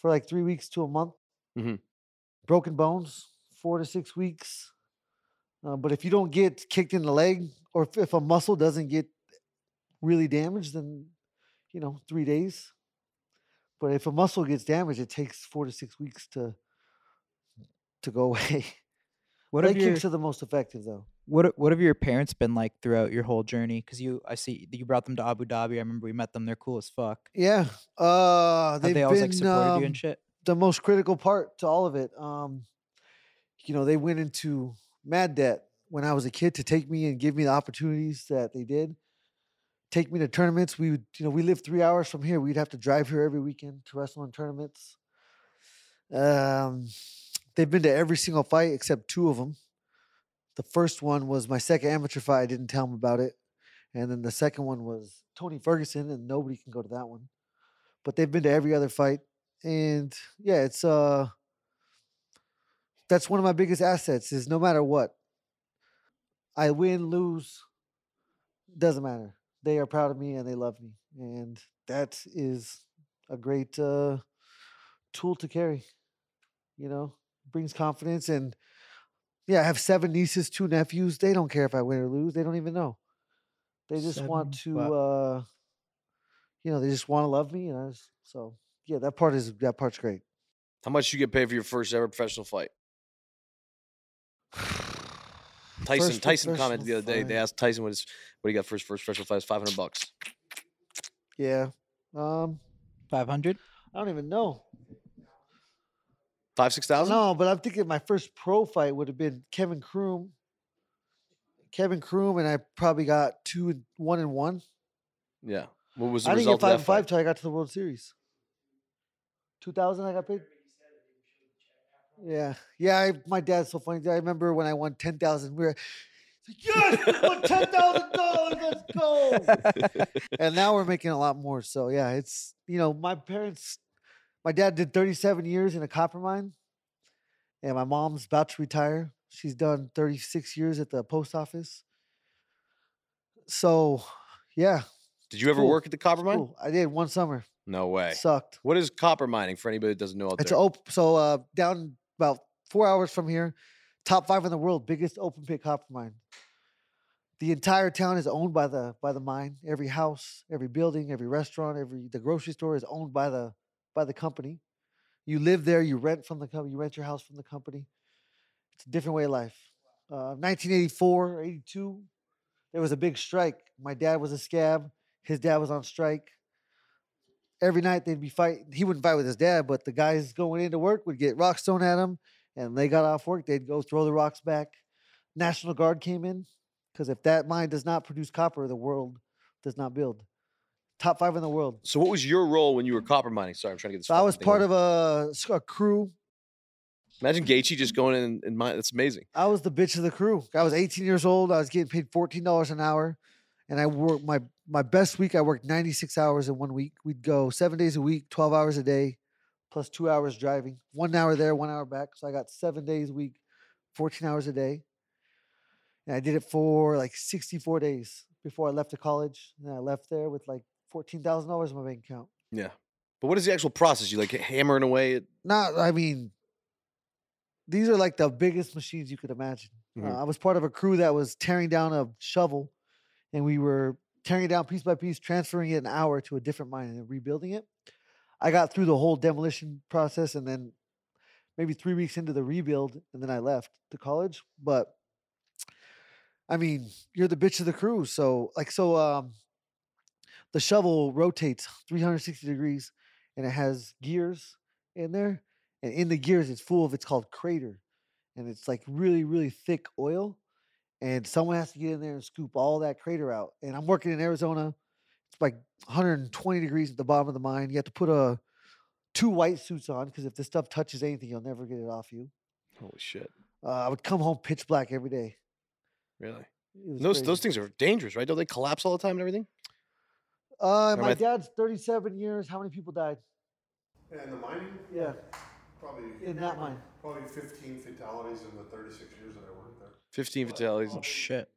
for like three weeks to a month. Mhm. Broken bones, four to six weeks. Uh, but if you don't get kicked in the leg, or if, if a muscle doesn't get really damaged, then you know three days. But if a muscle gets damaged, it takes four to six weeks to to go away. What have leg your kicks are the most effective, though. what have- what have your parents been like throughout your whole journey? Because you, I see that you brought them to Abu Dhabi. I remember we met them. They're cool as fuck. Yeah. Uh, Have they've they always been, like supported you um, and shit? the most critical part to all of it. Um, you know, they went into mad debt when I was a kid to take me and give me the opportunities that they did. Take me to tournaments. We would, you know, we lived three hours from here. We'd have to drive here every weekend to wrestle in tournaments. Um, they've been to every single fight except two of them. The first one was my second amateur fight. I didn't tell them about it, and then the second one was Tony Ferguson, and nobody can go to that one. But they've been to every other fight and yeah, it's uh that's one of my biggest assets is no matter what. I win, lose, doesn't matter. They are proud of me and they love me. And that is a great uh tool to carry. You know, brings confidence and yeah, I have seven nieces, two nephews. They don't care if I win or lose. They don't even know. They just want to Seven, wow. uh you know, they just want to love me and I just, so yeah, that part is that part's great. How much you get paid for your first ever professional fight? Tyson First Tyson commented the professional other day. They fight. asked Tyson what his what he got for his first professional fight. Five hundred bucks. Yeah. Um, Five hundred. I don't even know. Five six thousand. No, but I'm thinking my first pro fight would have been Kevin Kroom. Kevin Kroom and I probably got two and one and one. Yeah. What was the I didn't get result five of and that five fight? till I got to the World Series. Two thousand, I got paid. Yeah, yeah. I, my dad's so funny. I remember when I won ten thousand. We were he's like, yes, we won ten thousand dollars. Let's go. and now we're making a lot more. So yeah, it's you know my parents, my dad did 37 years in a copper mine, and my mom's about to retire. She's done 36 years at the post office. So yeah, Did you ever Cool. work at the copper mine? cool. I did one summer. No way. Sucked. what is copper mining for anybody that doesn't know out It's there? op- so uh, down about four hours from here, top five in the world, biggest open pit copper mine. The entire town is owned by the by the mine. Every house, every building, every restaurant, every the grocery store is owned by the by the company. You live there. You rent from the company. You rent your house from the company. It's a different way of life. Uh, 1984, 82, there was a big strike. My dad was a scab. His dad was on strike every night they'd be fight. He wouldn't fight with his dad, but the guys going into work would get rocks thrown at him, and they got off work, they'd go throw the rocks back. National Guard came in because if that mine does not produce copper, the world does not build. Top five in the world. so what was your role when you were copper mining? Sorry, I'm trying to get this. So I fucking was thing part over. of a, s- a crew. Imagine Gaethje just going in and mine. That's amazing. I was the bitch of the crew. I was 18 years old. I was getting paid $14 an hour, and I worked my my best week. I worked 96 hours in one week. We'd go seven days a week, 12 hours a day, plus two hours driving, one hour there, one hour back. So I got seven days a week, 14 hours a day. And I did it for like 64 days before I left to college. And I left there with like $14,000 in my bank account. Yeah. But what is the actual process? You like hammering away at Not, I mean, these are like the biggest machines you could imagine. Mhm. Uh, I was part of a crew that was tearing down a shovel, and we were tearing it down piece by piece, transferring it an hour to a different mine and then rebuilding it. I got through the whole demolition process, and then maybe three weeks into the rebuild, and then I left to college. But I mean, you're the bitch of the crew, so like, so um, the shovel rotates 360 degrees, and it has gears in there and in the gears it's full of it's called crater and it's like really really thick oil and someone has to get in there and scoop all that crater out and i'm working in arizona it's like 120 degrees at the bottom of the mine you have to put a two white suits on because if this stuff touches anything you'll never get it off you holy shit. uh, i would come home pitch black every day Really? It Those was those crazy. things are dangerous, right? Don't they collapse all the time and everything? uh, Am my I th- dad's 37 years how many people died And the mining, yeah probably in that mine probably 15 fatalities in the 36 years that I worked there. Fifteen fatalities. Oh, Shit.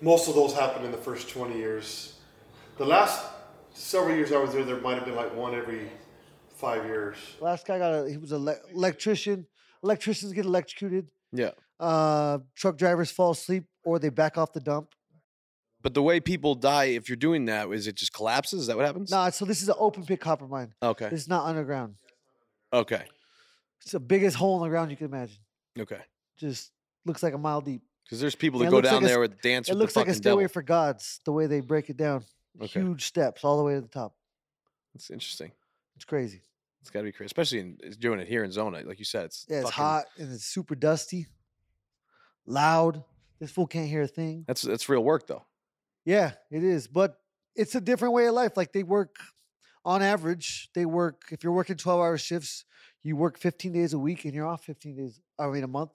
Most of those happened in the first 20 years. The last several years I was there, there might have been like one every five years. last guy got a he was an electrician electricians get electrocuted Yeah. uh, truck drivers fall asleep or they back off the dump. But the way people die if you're doing that is it just collapses? Is that what happens? Nah, so this is an open pit copper mine. Okay. This is not underground. Okay. It's the biggest hole in the ground you can imagine. Okay. Just looks like a mile deep. Because there's people that Yeah, it go looks like down a there s- with dance. it with looks the like a fucking stairway devil. for gods, the way they break it down. Okay. Huge steps all the way to the top. It's interesting. It's crazy. It's got to be crazy, especially in, it's doing it here in Zona. Like you said, it's Yeah, it's fucking- hot and it's super dusty, loud. This fool can't hear a thing. That's that's real work though. Yeah, it is. But it's a different way of life. Like they work on average, they work if you're working 12 hour shifts, you work 15 days a week and you're off 15 days, I mean a month.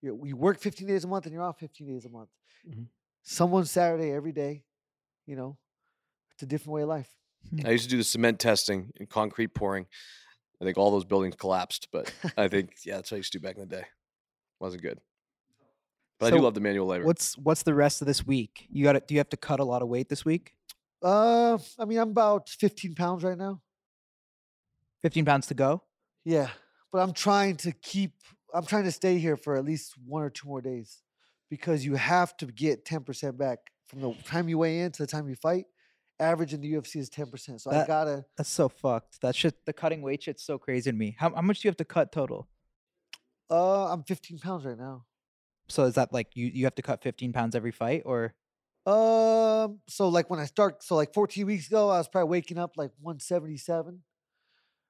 You, you work 15 days a month and you're off 15 days a month. Mhm. Someone Saturday every day, you know, it's a different way of life. I used to do the cement testing and concrete pouring. I think all those buildings collapsed, but I think yeah, that's what I used to do back in the day. Wasn't good, but I do So love the manual labor. What's what's the rest of this week? You got to Do you have to cut a lot of weight this week? Uh, I mean, I'm about 15 pounds right now. Fifteen pounds to go. Yeah, but I'm trying to keep. I'm trying to stay here for at least one or two more days, because you have to get 10% back from the time you weigh in to the time you fight. Average in the UFC is 10%, so I That- gotta. That's so fucked. That shit. The cutting weight shit's so crazy to me. How how much do you have to cut total? Uh, I'm 15 pounds right now. So is that like you you have to cut fifteen pounds every fight or? Um, so like when I start, so like 14 weeks ago, I was probably waking up like 177.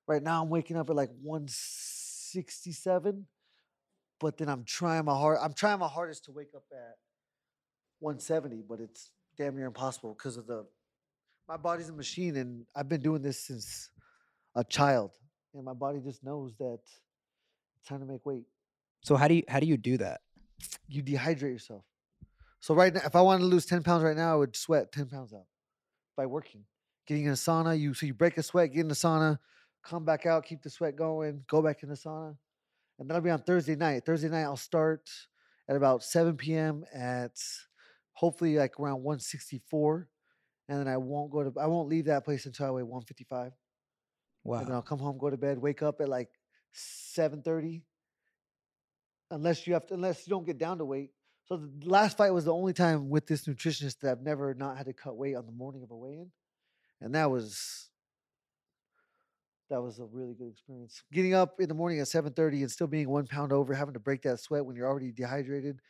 Right now, I'm waking up at like 167, but then I'm trying my hard. I'm trying my hardest to wake up at 170, but it's damn near impossible because of the my body's a machine, and I've been doing this since a child, and my body just knows that it's time to make weight So how do you how do you do that? you dehydrate yourself. So right now, if I wanted to lose ten pounds right now, I would sweat ten pounds out by working, getting in a sauna. You so you break a sweat, get in the sauna, come back out, keep the sweat going, go back in the sauna, and that'll be on Thursday night. Thursday night I'll start at about seven p.m. at hopefully like around one sixty four, and then I won't go to I won't leave that place until I weigh one fifty five Wow. and then I'll come home, go to bed, wake up at like seven thirty. Unless you have to, unless you don't get down to weight. So the last fight was the only time with this nutritionist that I've never not had to cut weight on the morning of a weigh-in, and that was that was a really good experience. Getting up in the morning at seven thirty and still being one pound over, having to break that sweat when you're already dehydrated,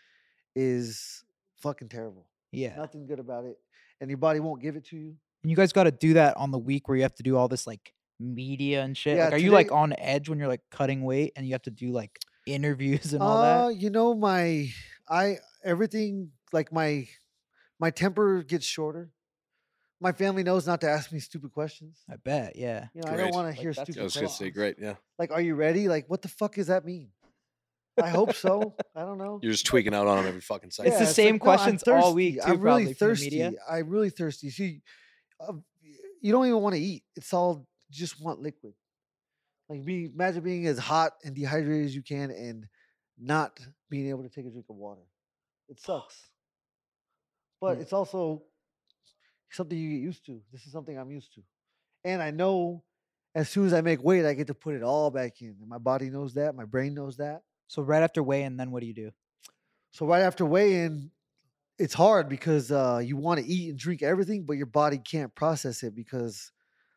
is fucking terrible. Yeah. Nothing good about it, and your body won't give it to you. And you guys got to do that on the week where you have to do all this like media and shit. Yeah, like, are you like today- on edge when you're like cutting weight and you have to do like interviews and all that? Uh, you know, my I everything like my my temper gets shorter. My family knows not to ask me stupid questions. I bet. Yeah. You know, I don't Great. want Like, to hear that's stupid I was gonna say questions. great, yeah. Like, are you ready? Like, what the fuck does that mean? I hope so. I don't know. You're just tweaking out on him every fucking second. It's the same no, I'm questions all week, thirsty. too, I'm really probably, from the thirsty. media. I'm really thirsty. See, uh, you don't even want to eat. It's all just want liquid. Like be imagine being as hot and dehydrated as you can and not being able to take a drink of water. It sucks. But Mm. it's also something you get used to. This is something I'm used to. And I know as soon as I make weight, I get to put it all back in. And my body knows that. My brain knows that. So right after weigh in, then what do you do? So right after weigh-in, it's hard because uh, you want to eat and drink everything, but your body can't process it because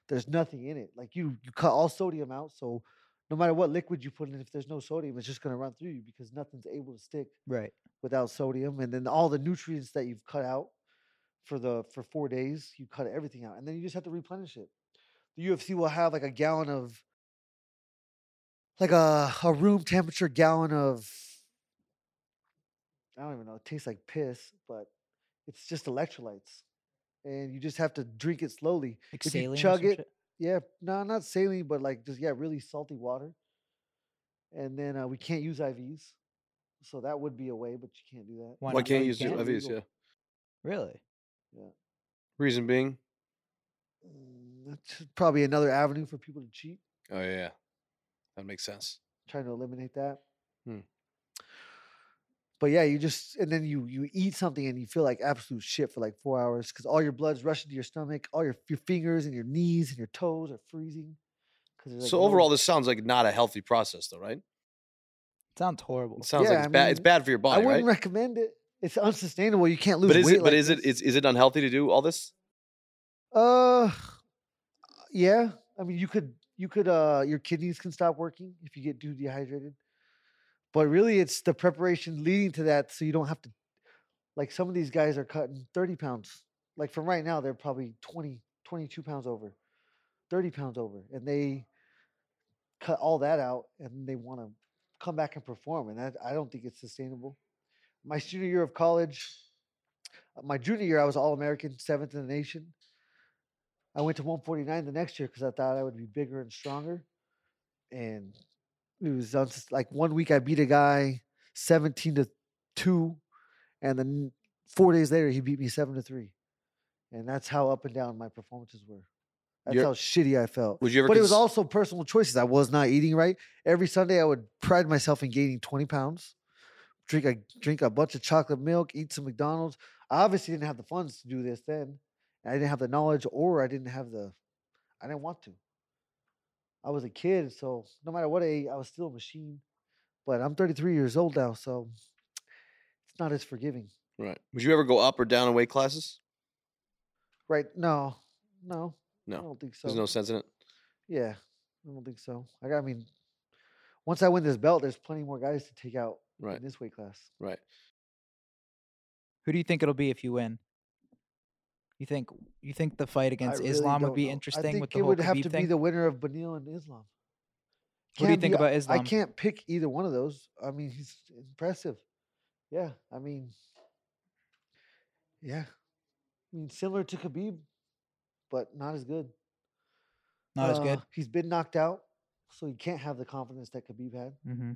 there's nothing in it. Like you, you cut all sodium out, so no matter what liquid you put in, if there's no sodium, it's just gonna run through you because nothing's able to stick Right. without sodium. And then all the nutrients that you've cut out for the for four days, you cut everything out, and then you just have to replenish it. The UFC will have like a gallon of like a a room temperature gallon of I don't even know. It tastes like piss, but it's just electrolytes, and you just have to drink it slowly. Like If you saline or chug some it- shit? Yeah, no, not saline, but like just yeah, really salty water. And then uh, we can't use IVs, so that would be a way, but you can't do that. Why, Why not? No, can't you you use the can't. IVs? Illegal. Yeah. Really? Reason being. Mm, That's probably another avenue for people to cheat, Oh yeah, yeah. that makes sense. trying to eliminate that. Hmm. But yeah, you just and then you you eat something and you feel like absolute shit for like four hours because all your blood's rushing to your stomach, all your your fingers and your knees and your toes are freezing. 'cause there's, like, so no- overall, this sounds like not a healthy process, though, right? sounds horrible. It sounds Yeah, like it's I bad. It's mean, bad for your I body, wouldn't right? recommend it. It's unsustainable. You can't lose But is weight. it? like But is it? this. Is is it unhealthy to do all this? Uh, yeah. I mean, you could, you could, uh, your kidneys can stop working if you get too dehydrated. But really, it's the preparation leading to that, so you don't have to. Like some of these guys are cutting thirty pounds. Like from right now, they're probably 20, 22 pounds over, thirty pounds over, and they cut all that out, and they want to come back and perform. And that, I don't think it's sustainable. My senior year of college, uh, my junior year, I was All American, seventh in the nation. I went to 149 the next year because I thought I would be bigger and stronger. And it was uns- like one week I beat a guy 17 to 2. And then four days later, he beat me 7 to 3. And that's how up and down my performances were. That's You're- how shitty I felt. Would you ever? But it was cons- also personal choices. I was not eating right. Every Sunday, I would pride myself in gaining 20 pounds, drink a drink a bunch of chocolate milk, eat some McDonald's. I obviously didn't have the funds to do this then. and I didn't have the knowledge, or I didn't have the, I didn't want to. I was a kid, so no matter what I ate, I was still a machine. But I'm 33 years old now, so it's not as forgiving. right. Would you ever go up or down in weight classes? Right? No, no, No. I don't think so. There's no sense in it. Yeah, I don't think so. I, got- I mean, once I win this belt, there's plenty more guys to take out Right. in this weight class. Right. Who do you think it'll be if you win? You think you think the fight I against really Islam would don't be know. I interesting think with the it whole would have Khabib to thing? be the winner of Benil and Islam. what do you Can't think be- uh, about I Islam? can't pick either one of those. I mean, he's impressive. Yeah, I mean, yeah, I mean, similar to Khabib, but not as good. Not as good. Uh, He's been knocked out, so he can't have the confidence that Khabib had, Mm-hmm.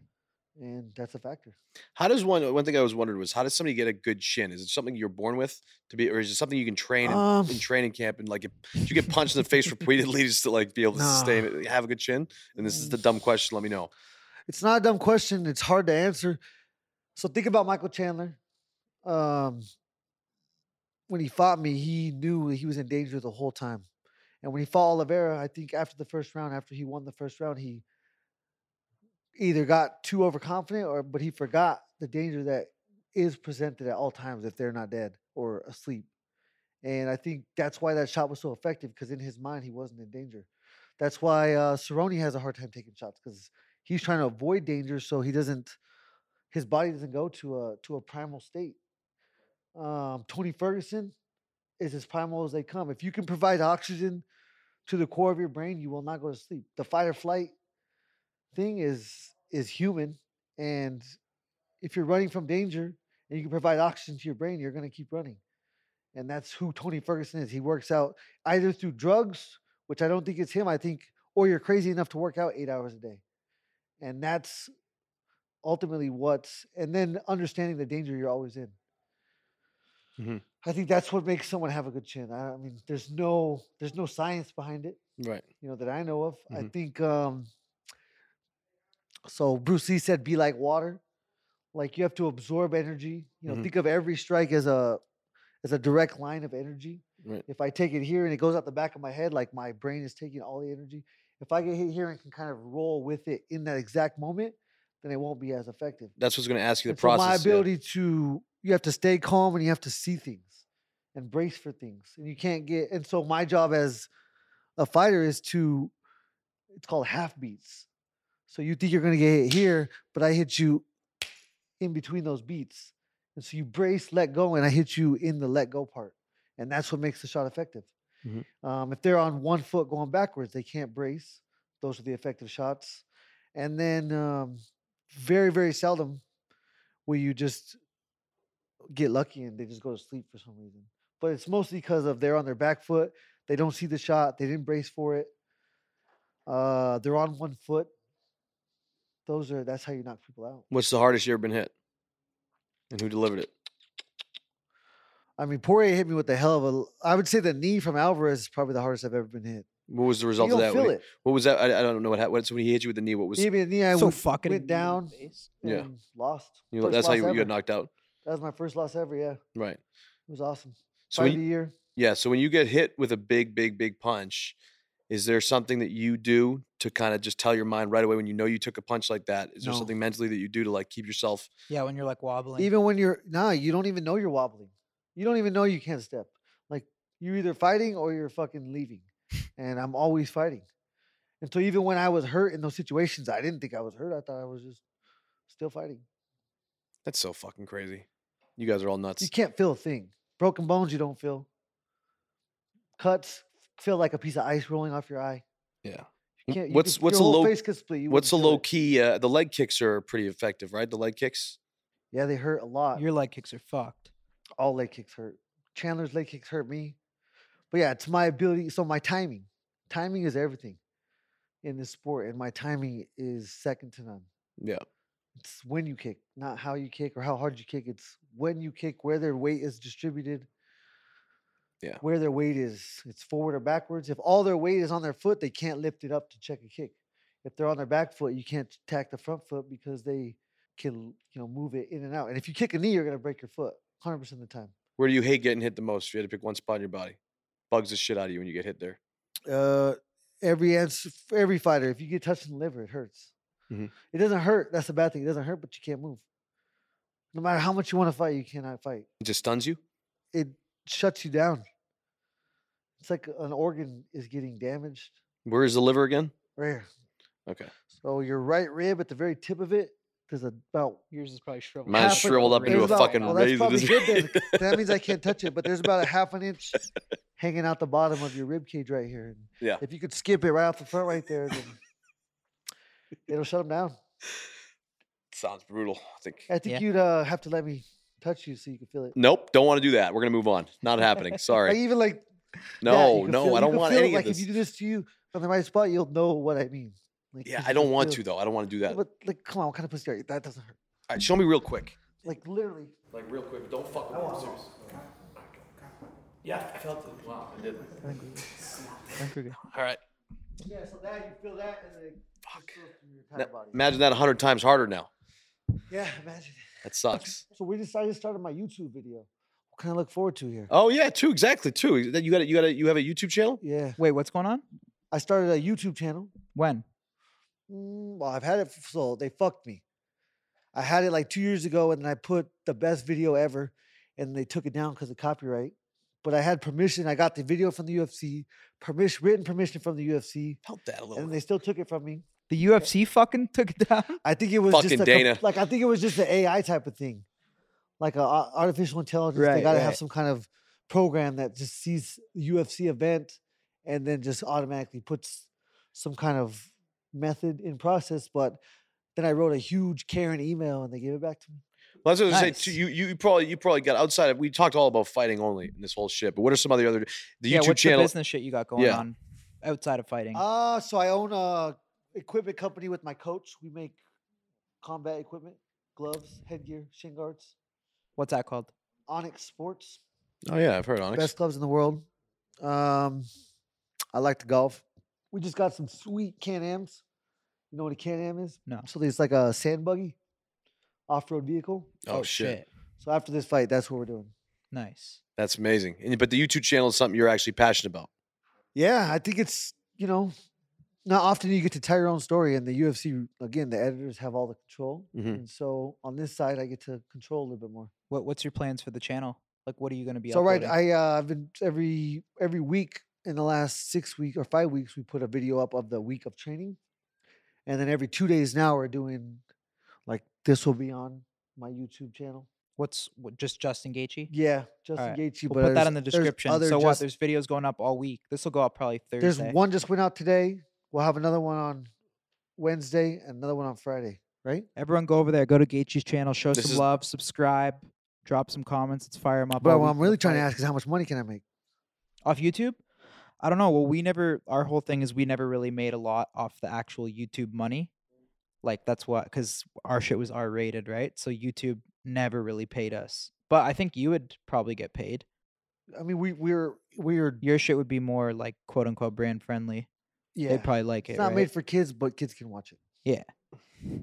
and that's a factor. How does one? One thing I was wondering was how does somebody get a good chin? Is it something you're born with to be, or is it something you can train in, Um, in training camp and like if if you get punched in the face repeatedly just to like be able to sustain it, have a good chin? And this is the dumb question. Let me know. It's not a dumb question. It's hard to answer. So think about Michael Chandler. Um, when he fought me, he knew he was in danger the whole time. And when he fought Oliveira, I think after the first round, after he won the first round, he either got too overconfident or but he forgot the danger that is presented at all times if they're not dead or asleep. And I think that's why that shot was so effective because in his mind he wasn't in danger. That's why uh, Cerrone has a hard time taking shots because he's trying to avoid danger so he doesn't his body doesn't go to a to a primal state um tony ferguson is as primal as they come if you can provide oxygen to the core of your brain you will not go to sleep the fight or flight thing is is human and if you're running from danger and you can provide oxygen to your brain you're going to keep running and that's who tony ferguson is he works out either through drugs which i don't think it's him i think or you're crazy enough to work out eight hours a day and that's ultimately what's, and then understanding the danger you're always in. Mhm. I think that's what makes someone have a good chin. I, I mean, there's no there's no science behind it, Right. you know, that I know of. I Mhm. think um, so. Bruce Lee said, "Be like water." Like you have to absorb energy. You know, Mhm. think of every strike as a as a direct line of energy Right. if I take it here and it goes out the back of my head, like my brain is taking all the energy. If I get hit here and can kind of roll with it in that exact moment, then it won't be as effective. That's what's going to ask you the And so process. my yeah. ability to you have to stay calm and you have to see things and brace for things. And you can't get and so my job as a fighter is to it's called half beats. So you think you're gonna get hit here, but I hit you in between those beats. And so you brace, let go, and I hit you in the let go part. And that's what makes the shot effective. Mhm. Um, if they're on one foot going backwards, they can't brace. Those are the effective shots. And then um, very, very seldom will you just get lucky and they just go to sleep for some reason. But it's mostly because of they're on their back foot, they don't see the shot, they didn't brace for it. Uh, they're on one foot. Those are that's how you knock people out. What's the hardest you ever been hit? And who delivered it? I mean, Poirier hit me with a hell of a. l- I would say the knee from Alvarez is probably the hardest I've ever been hit. What was the You result don't of that? What feel he- it. What was that? I, I don't know what happened. What's when he hit you with the knee? What was? He hit me in the knee. I so went- fucking went down. Yeah. and lost. you know, First that's how loss you, you ever. got knocked out, That was my first loss ever. Yeah, it right? was awesome. So Fight when of the you- year. yeah, so when you get hit with a big, big, big punch, is there something that you do to kind of just tell your mind right away when you know you took a punch like that? Is there No. something mentally that you do to like keep yourself? Yeah, when you're like wobbling. Even when you're nah, you don't even know you're wobbling. You don't even know you can't step. Like you're either fighting or you're fucking leaving. And I'm always fighting. And so even when I was hurt in those situations, I didn't think I was hurt. I thought I was just still fighting. That's so fucking crazy. You guys are all nuts. You can't feel a thing. Broken bones you don't feel. Cuts feel like a piece of ice rolling off your eye. Yeah. You can't, you What's- could- what's your a whole low- face could split. You What's the wouldn't feel low it. key? Uh, the leg kicks are pretty effective, right? The leg kicks. Yeah, they hurt a lot. your leg kicks are fucked. all leg kicks hurt. Chandler's leg kicks hurt me. But yeah, it's my ability. So my timing, timing is everything in this sport, and my timing is second to none. Yeah. It's when you kick, not how you kick or how hard you kick. It's when you kick, where their weight is distributed. Yeah. Where their weight is, it's forward or backwards. If all their weight is on their foot, they can't lift it up to check a kick. If they're on their back foot, you can't tack the front foot because they can, you know, move it in and out. And if you kick a knee, you're gonna break your foot 100% of the time. Where do you hate getting hit the most? If you had to pick one spot in your body, bugs the shit out of you when you get hit there. uh, every answer, every fighter, if you get touched in the liver, it hurts. Mhm. It doesn't hurt. That's the bad thing. It doesn't hurt, but you can't move. No matter how much you want to fight, you cannot fight. It just stuns you. It shuts you down. It's like an organ is getting damaged. Where is the liver again? Rare. Okay. So your right rib at the very tip of it, there's about Yours is probably shriveled. Mine's half an- shriveled up into there's a about- fucking well, razor. That's probably This- good then, 'cause that means I can't touch it, but there's about a half an inch hanging out the bottom of your rib cage right here. And Yeah. If you could skip it right off the front right there, then it'll shut them down. Sounds brutal. I think. I think Yeah. you'd uh, have to let me touch you so you can feel it. Nope. Don't want to do that. We're gonna move on. Not happening. Like Sorry. even like that, you No. can no. feel- I you don't can want feel any it. of like this. if you do this to you on the right spot, you'll know what I mean. Like, yeah, 'cause I you don't can want feel- to though. I don't want to do that. But like, come on, what kind of pussy are you? That doesn't hurt. All right, show me real quick. Like literally. Like real quick. but Don't fuck with me. I'm serious. Yeah, I felt it. Wow, I did. All right. Yeah, so that you feel that and then fuck your Now, imagine that hundred times harder now. Yeah, imagine. That sucks. So we decided to start my YouTube video. What can I look forward to here? Oh yeah, two exactly two. That you got a, you got a, you have a YouTube channel. Yeah, Wait, what's going on? I started a YouTube channel. When? Mm, well, I've had it f- so they fucked me. I had it like two years ago, and then I put the best video ever, and they took it down because of copyright. But I had permission. I got the video from the UFC, permission, written permission from the UFC, Help that a little. and they still took it from me. The UFC fucking took it down. I think it was Fucking just a, Dana. comp- like I think it was just an AI type of thing, like a a- artificial intelligence. they Right, got to have right. some kind of program that just sees UFC event and then just automatically puts some kind of method in process. But then I wrote a huge Karen email and they gave it back to me. Well, that's what I was gonna Nice. say. Too, you, you you probably you probably got outside of. We talked all about fighting only in this whole shit. But what are some other other the yeah, YouTube what's the channel? business shit you got going Yeah. on Uh, outside of fighting? Ah, so I own a equipment company with my coach. We make combat equipment, gloves, headgear, shin guards. What's that called? Onyx Sports, Oh yeah, I've heard Onyx. best clubs in the world. Um, I like to golf. We just got some sweet Can-Ams. You know what a Can-Am is? No. So it's like a sand buggy, off-road vehicle. oh, shit. So after this fight, that's what we're doing. Nice. that's amazing. And, but the YouTube channel is something you're actually passionate about. Yeah, I think it's you know, not often you get to tell your own story, and the UFC again, the editors have all the control, Mhm. and so on this side, I get to control a little bit more. What What's your plans for the channel? Like, what are you going to be? so right, uploading? I uh, I've been every every week in the last six week or five weeks, we put a video up of the week of training, and then every two days now we're doing like this will be on my YouTube channel. What's what, just Justin Gaethje? Yeah, Justin right, Gaethje. We'll but put that there's- in the there's description. other So what? Justin- There's videos going up all week. This will go up probably Thursday. There's one just went out today. We'll have another one on Wednesday, another one on Friday, right? Everyone go over there. Go to Gaethje's channel. Show This some is- love. Subscribe. Drop some comments. Let's fire him up. But all what week I'm for really the trying to fight. ask is how much money can I make? off YouTube? I don't know. Well, we never. Our whole thing is we never really made a lot off the actual YouTube money. Like that's what because our shit was R rated, right? So YouTube never really paid us. But I think you would probably get paid. I mean, we we're we're Your shit would be more like quote unquote brand friendly. yeah. They'd probably like it's it. not right? made for kids, but kids can watch it.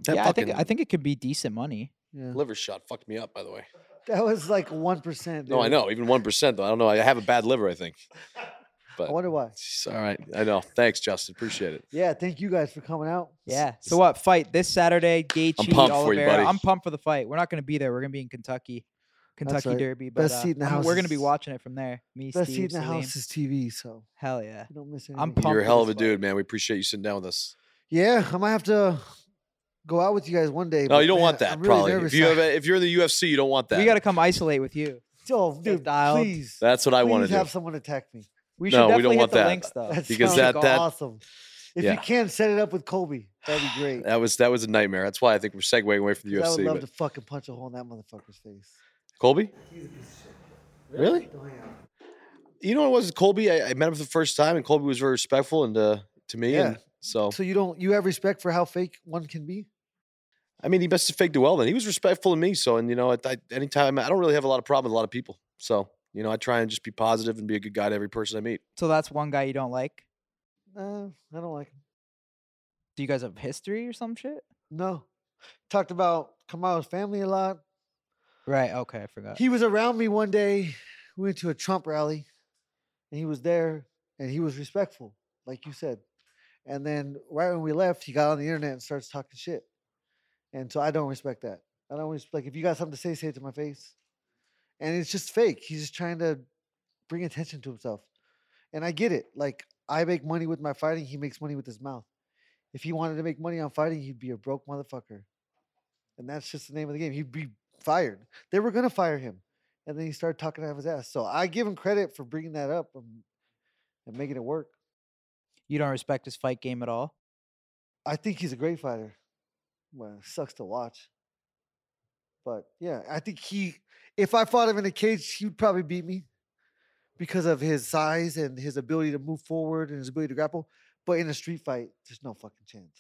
That yeah, I think fucking I think it could be decent money. Yeah, liver shot fucked me up. By the way, that was like one percent. no, I know. Even one percent though, I don't know. I have a bad liver. I think. I But wonder why. it's all right, I know. Thanks, Justin. Appreciate it. Yeah, thank you guys for coming out. Yeah. So what fight this Saturday? Gaethje, pumped for you, Oliveira. buddy. I'm pumped for the fight. We're not going to be there. We're going to be in Kentucky, Kentucky right. Derby. But Best uh, seat in the I'm- house We're going to be is- watching it from there. Me, Best Steve, seat in the Salim. house is TV, so Hell yeah. you don't miss anything. I'm pumped. You're a for hell of this a fight. dude, man. We appreciate you sitting down with us. Yeah, I might have to go out with you guys one day. No, but you don't man, want that. I'm really probably. nervous. If you have, a, if you're in the UFC, you don't want that. We got to come isolate with you. oh, dude, dialed. please, That's what I want please to do. have someone attack me. We should No, we definitely don't hit want the that. links though. That Because sounds that- that- awesome. If Yeah. you can set it up with Kobe, that'd be great. That was that was a nightmare. That's why I think we're segueing away from the 'Cause I would UFC. love but- to fucking punch a hole in that motherfucker's face. Colby? Really? You know what it was? Colby, I, I met him for the first time, and Colby was very respectful and uh, to me. Yeah. And so, So you don't you have respect for how fake one can be? I mean, he must have faked it well then. He was respectful to me. So, and you know, at, I, anytime, I don't really have a lot of problem with a lot of people. So, you know, I try and just be positive and be a good guy to every person I meet. So that's one guy you don't like. No, I don't like him. Do you guys have history or some shit? No. Talked about Kamara's family a lot. Right. Okay, I forgot. He was around me one day. We went to a Trump rally, and he was there, and he was respectful, like you said. And then right when we left, he got on the internet and starts talking shit. And so I don't respect that. I don't respect. Like, if you got something to say, say it to my face. And it's just fake. He's just trying to bring attention to himself. And I get it. Like I make money with my fighting. He makes money with his mouth. If he wanted to make money on fighting, he'd be a broke motherfucker. And that's just the name of the game. He'd be fired they were gonna fire him, and then he started talking out of his ass. So I give him credit for bringing that up and, and making it work. you don't respect his fight game at all. I think he's a great fighter. Well, it sucks to watch, but yeah, I think he. If I fought him in a cage, he'd probably beat me because of his size and his ability to move forward and his ability to grapple. But in a street fight, there's no fucking chance.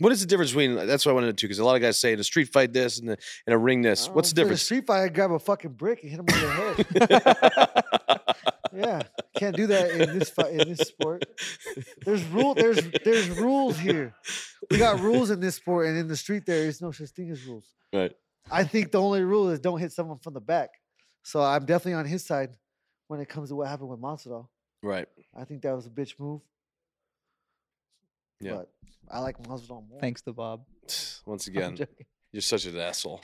What is the difference between that's what I wanted to because a lot of guys say in a street fight this and a, in a ring this. I What's the don't know, if it difference? was A street fight, I'd grab a fucking brick and hit him over the head. Yeah, can't do that in this fi- in this sport. There's rule. There's there's rules here. We got rules in this sport, and in the street there is no such thing as rules. Right. I think the only rule is don't hit someone from the back. So I'm definitely on his side when it comes to what happened with Masvidal. Right. I think that was a bitch move. Yeah. But I like Masvidal more. Thanks to Bob. Once I'm again, joking. you're such an asshole.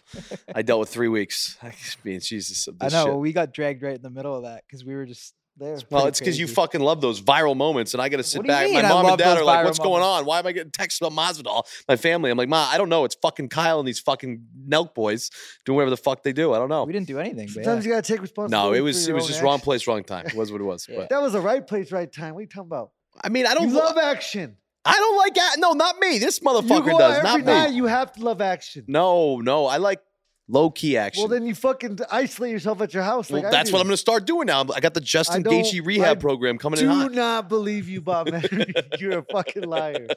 I dealt with three weeks. I mean, Jesus. Of I this know shit. we got dragged right in the middle of that because we were just there. Well, pretty it's because you crazy. fucking love those viral moments, and I got to What sit do you back. My mean I mom and love dad those are like, viral "What's going moments?" on? Why am I getting texts about Masvidal?" My family, I'm like, "Ma, I don't know. It's fucking Kyle and these fucking Nelk boys doing whatever the fuck they do. I don't know." we didn't do anything. But yeah. Sometimes you gotta take responsibility. No, it for was it your was own just wrong actions. place, wrong time. It was what it was. Yeah. But That was the right place, right time. What are you talking about? I mean, I don't you love. love action. I don't like. a- No, not me. This you motherfucker go out does. every Not me. night. You have to love action. No, no. I like Low key action. Well, then you fucking isolate yourself at your house. Well, like I that's do. what I'm going to start doing now. I got the Justin don't- Gaethje rehab I program coming in Do hot. not believe you, Bob Madden. You're a fucking liar.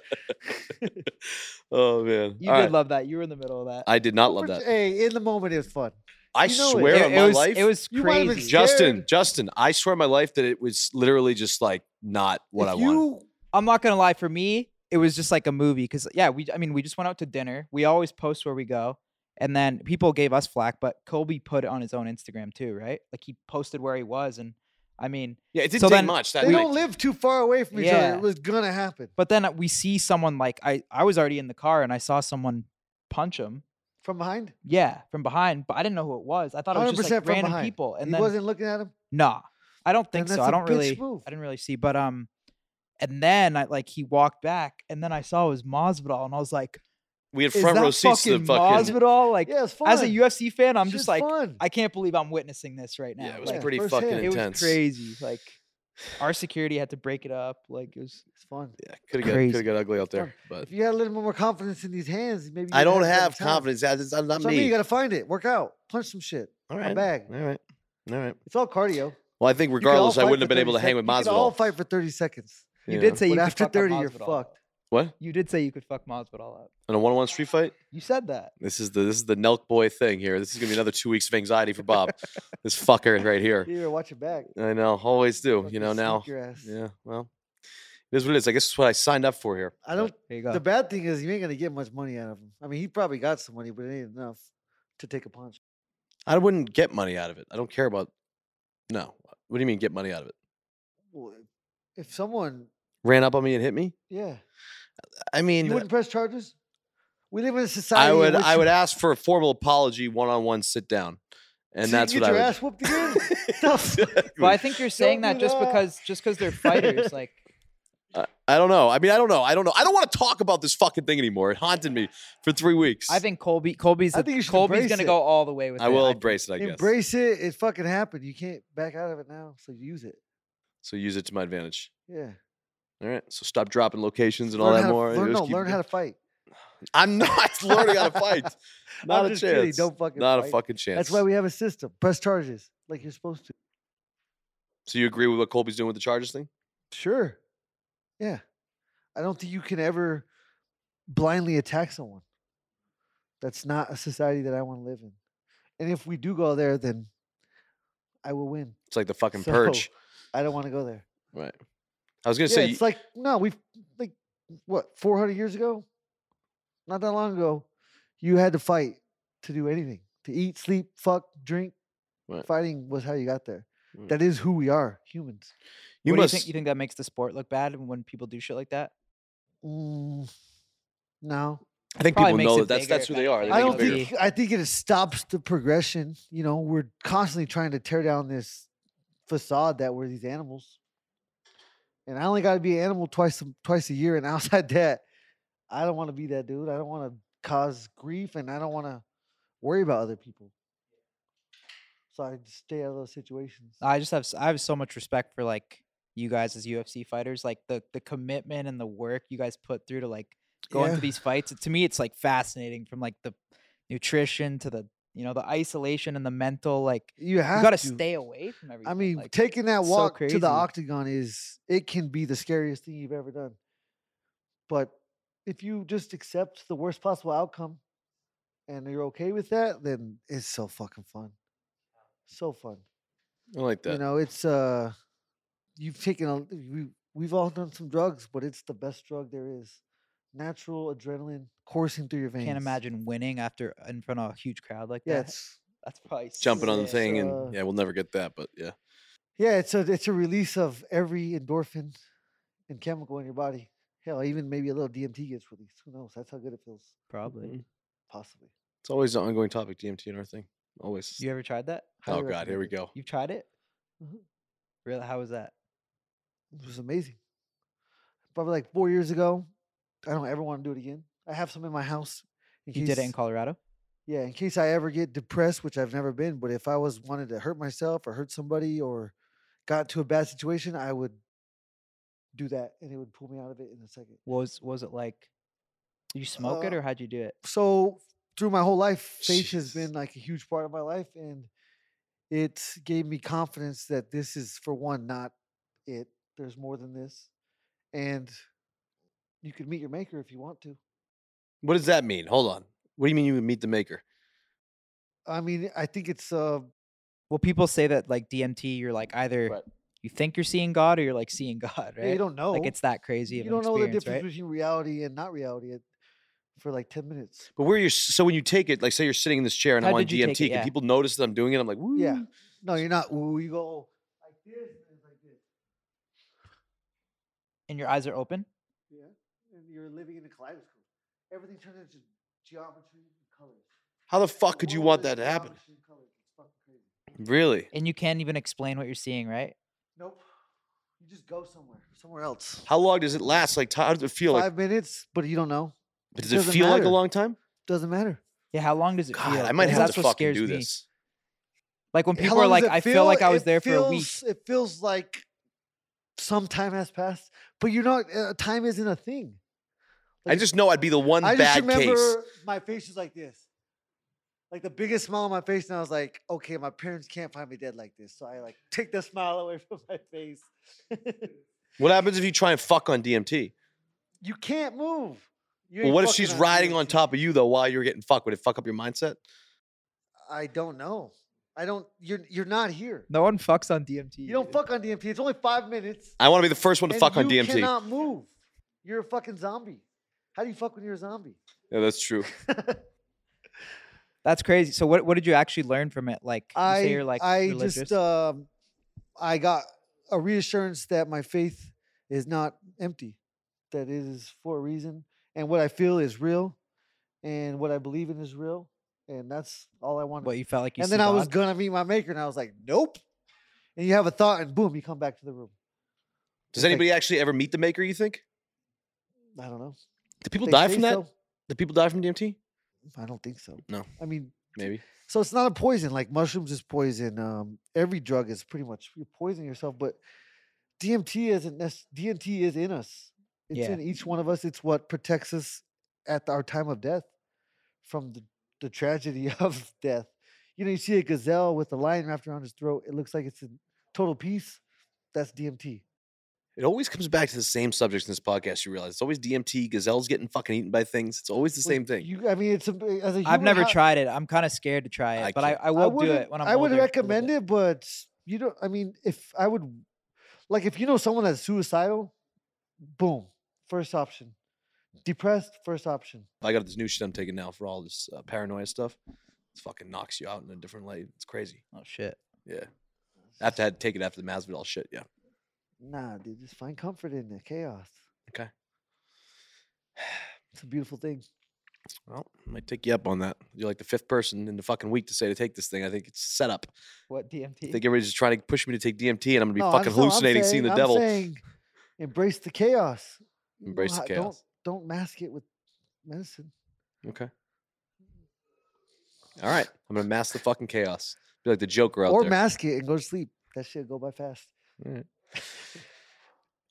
Oh man, You All did right. love that. You were in the middle of that. I did not love But, that. Hey, in the moment, it's fun. I you know it. swear it, on it my was, life, It was You might have been crazy. Justin, scared. Justin, I swear on my life that it was literally just like not what if I you, wanted. I'm not gonna lie. For me, it was just like a movie because yeah, we. I mean, we just went out to dinner. We always post where we go, and then people gave us flack, but Kobe put it on his own Instagram too, right? Like he posted where he was, and I mean, Yeah, it didn't So take then much. That They night. don't live too far away from each Yeah. other. It was gonna happen but then uh, we see someone like I. I was already in the car and I saw someone punch him. from behind. Yeah, from behind, but I didn't know who it was. I thought it was just 100% like from random behind. people, and he then wasn't looking at him. Nah, I don't think Then so. that's I a don't bitch really. move. I didn't really see, but um, and then I like he walked back, and then I saw it was Masvidal, and I was like, we had "Is front that row seats to the fucking fucking. Masvidal?" Like, yeah, it's fun. as a UFC fan, I'm It's just, like, fun. I can't believe I'm witnessing this right now. Yeah, it was like, pretty first fucking hand. it intense. was crazy. Like, our security had to break it up. Like, it was. it's fun. Yeah, could have got Crazy. could have got ugly out there, but If you had a little more confidence in these hands, maybe. I you'd don't a better have time. confidence. That's that's not So I mean, you me. gotta find it. Work out. Punch some shit. All A right, all bag. right, all right. It's all cardio. Well, I think You can all regardless, I fight wouldn't for have been 30 able to hang with seconds. You can all Masvidal. fight for thirty seconds. You know. did say you but could after fuck up 30, you're Masvidal fucked. up. what You did say you could fuck Masvidal up. in a one on one street fight. You said that. This is the this is the Nelk boy thing here. This is gonna be another two weeks of anxiety for Bob. this fucker right here. You better watch your back. I know, always do. You Fucking know sneak now. your ass. Yeah, well, it is what it is. I guess it's what I signed up for here. I don't. There you go. The bad thing is you ain't gonna get much money out of him. I mean, he probably got some money, but it ain't enough to take a punch. I wouldn't get money out of it. I don't care about. No, what do you mean get money out of it? Well, If someone, Ran up on me and hit me. yeah, I mean, you wouldn't press charges. We live in a society. I in would which I you- would ask for a formal apology, one on one sit down, and so that's you what get I your would. ass whooped again. Tough. Well, I think you're saying Don't that do just that. because just because they're fighters. Like, I, I don't know. I mean, I don't know. I don't know. I don't want to talk about this fucking thing anymore. It haunted me for three weeks. I think Colby Colby's I the- think you should Colby's embrace gonna it. go all the way with I it. will think. embrace it. I guess. Embrace it. It fucking happened. You can't back out of it now. So use it. So use it to my advantage. Yeah. All right. So stop dropping locations and all learn that how to, more. Learn, Just no, keep learn it how go- to fight. I'm not learning how to fight. Not I'm a just chance. kidding, don't fucking Not a fight. fucking chance. That's why we have a system. Press charges like you're supposed to. So you agree with what Colby's doing with the Chargers thing? Sure. Yeah. I don't think you can ever blindly attack someone. That's not a society that I want to live in. And if we do go there, then I will win. It's like the fucking So- purge. I don't want to go there. Right. I was gonna Yeah, say it's like no, we've like what four hundred years ago, not that long ago, you had to fight to do anything to eat, sleep, fuck, drink. Right. Fighting was how you got there. Right. That is who we are, humans. you What do must. you think you think that makes the sport look bad when people do shit like that? Mm, no, I think Probably people makes know that it that's bigger that's who if they are. They anything. I make it don't bigger. think. I think it stops the progression. You know, we're constantly trying to tear down this facade that we're these animals. And I only got to be an animal twice a, twice a year, and outside that, I don't want to be that dude. I don't want to cause grief, and I don't want to worry about other people. So I just stay out of those situations. I just have s- I have so much respect for like you guys as UFC fighters, like the the commitment and the work you guys put through to like go into Yeah. these fights. To me, it's like fascinating from like the nutrition to the you know the isolation and the mental like You have you got to to stay away from everything. Ah, I mean, like, taking that so walk to crazy. the octagon is it can be the scariest thing you've ever done. But if you just accept the worst possible outcome and you're okay with that, then it's so fucking fun. So fun. I like that. You know, it's uh you've taken a we we've all done some drugs, but it's the best drug there is. Natural adrenaline coursing through your veins. can't imagine winning after in front of a huge crowd like Yeah, that. it's That's probably Jumping on the sick. thing, uh, and yeah, we'll never get that. But yeah, Yeah, it's a it's a release of every endorphin and chemical in your body. Hell, even maybe a little DMT gets released. Who knows? That's how good it feels, Mm-hmm. Probably. possibly. it's always an ongoing topic. DMT and our thing, always. You ever tried that? oh Highly God, here we recommended. go. You've tried it? Mhm. Really? How was that? It was amazing. Probably like four years ago. I don't ever want to do it again. I have some in my house. In You did it in Colorado? yeah, in case I ever get depressed, which I've never been. But if I was wanted to hurt myself or hurt somebody or got to a bad situation, I would do that, and it would pull me out of it in a second. What was what was it like? Did you smoke it Uh, or how'd you do it? so through my whole life, faith has Jeez. been like a huge part of my life, and it gave me confidence that this is for one not it. There's more than this, and you could meet your maker if you want to. What does that mean? Hold on. What do you mean you would meet the maker? I mean, I think it's uh, Well, people say that like DMT, you're like either Right. you think you're seeing God or you're like seeing God, yeah, right? you don't know. like it's that crazy. you Of don't an know the experience, difference right? between reality and not reality at, for like ten minutes. But where you're so when you take it, like say you're sitting in this chair and How I'm on did you take DMT, it? can Yeah. people notice that I'm doing it? I'm like, woo. Yeah. No, you're not. Ooh, you go like this, and it's like this. And your eyes are open. Yeah, and you're living in a kaleidoscope. Everything turns into geometry and colors. How the fuck could you want that to happen? Really? And you can't even explain what you're seeing, right? Nope. You just go somewhere, somewhere else. How long does it last? Like, how does it feel? Like, Five minutes, but you don't know. but does doesn't it feel like a matter. long time? Doesn't matter. Yeah, how long does it God, feel? I might Because have that's to what fucking scares do me. this. Like when How people are long does like, it I feel like I It was there for a week. feels- It feels like some time has passed, but you're not. Uh, time isn't a thing. I Like, just know I'd be the one I just bad remember case. my face was like this. Like the biggest smile on my face, and I was like, okay, my parents can't find me dead like this. So I like take the smile away from my face. What happens if you try and fuck on DMT? you can't move. You Well, ain't what if fucking she's riding on DMT. top of you though while you're getting fucked? Would it fuck up your mindset? I don't know. I don't you're you're not here. No one fucks on DMT. You don't dude. fuck on DMT. It's only five minutes. I want to be the first one to and fuck on you DMT. cannot move. You're a fucking zombie. How do you fuck when you're a zombie? Yeah, that's true. That's crazy. So what, what did you actually learn from it? Like you I say you're like I religious. just um I got a reassurance that my faith is not empty, that it is for a reason, and what I feel is real, and what I believe in is real, and that's all I wanted. what you felt like you and see then I was God? gonna meet my maker, and I was like, nope. And you have a thought, and boom, you come back to the room. Does It's like- anybody actually ever meet the maker? You think? I don't know. Do people They die say from that? so. Do people die from DMT? I don't think so. No. I mean, Maybe. so it's not a poison. Like mushrooms is poison. Um, every drug is pretty much you're poisoning yourself. But DMT isn't. nec- DMT is in us. It's Yeah. in each one of us. It's what protects us at our time of death from the, the tragedy of death. You know, you see a gazelle with a lion wrapped around his throat. It looks like it's in total peace. That's DMT. It always comes back to the same subjects in this podcast. You realize it's always DMT. Gazelles getting fucking eaten by things. It's always the Well, same thing. You, I mean, it's a, eh, as a human, I've never how- tried it. I'm kind of scared to try it, I but I, can't- I will do wouldn't- it when I'm I would older, a little recommend bit. it, but you don't. I mean, if I would, like, if you know someone that's suicidal, boom, first option. Depressed, first option. I got this new shit I'm taking now for all this uh, paranoia stuff. It fucking knocks you out in a different light. It's crazy. Oh shit. Yeah. I have to had- take it after the Masvidal shit. Yeah. Nah, dude, just find comfort in the chaos. Okay. It's a beautiful thing. Well, I might take you up on that. You're like the fifth person in the fucking week to say to take this thing. I think it's set up. What I DMT? think everybody's just trying to push me to take DMT and I'm going to be No, I'm fucking so- I'm hallucinating, seeing saying- the I'm devil. saying embrace the chaos. You know Embrace the how- chaos. Don't, don't mask it with medicine. Okay. All right. I'm going to mask the fucking chaos. Be like the Joker out or there. mask it and go to sleep. That shit go by fast.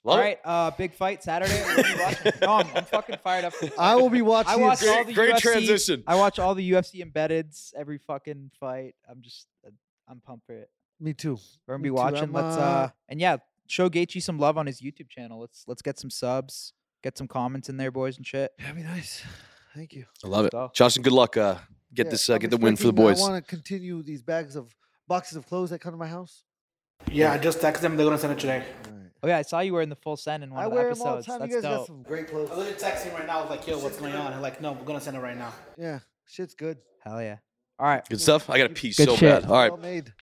Love All it. right, uh, big fight Saturday. What are you watching? no, I'm, I'm fucking fired up. I will be watching. I it watch all Great- the great UFC. transition. I watch all the UFC embeddeds, every fucking fight. I'm just, uh, I'm pumped for it. Me too. We're gonna be Me too, watching. I'm, Let's uh, uh, and yeah, show Gaethje some love on his YouTube channel. Let's let's get some subs, get some comments in there, boys and shit. That'd be nice. Thank you. I love it. So- Justin, good luck. Uh, get Yeah, this, uh, I'm get the win for the expecting- boys. I want to continue these bags of boxes of clothes that come to my house. Yeah, I just texted them. They're gonna send it today. Oh yeah, I saw you wearing the full send in one I of the wear them all the episodes. time. That's you guys dope. got some great clothes. I literally texted him right now. I was like, yo, what's going on? And like, no, we're gonna send it right now. Yeah, shit's good. Hell yeah. All right. Good stuff. I got to pee Good so shit. bad. All right. Well made.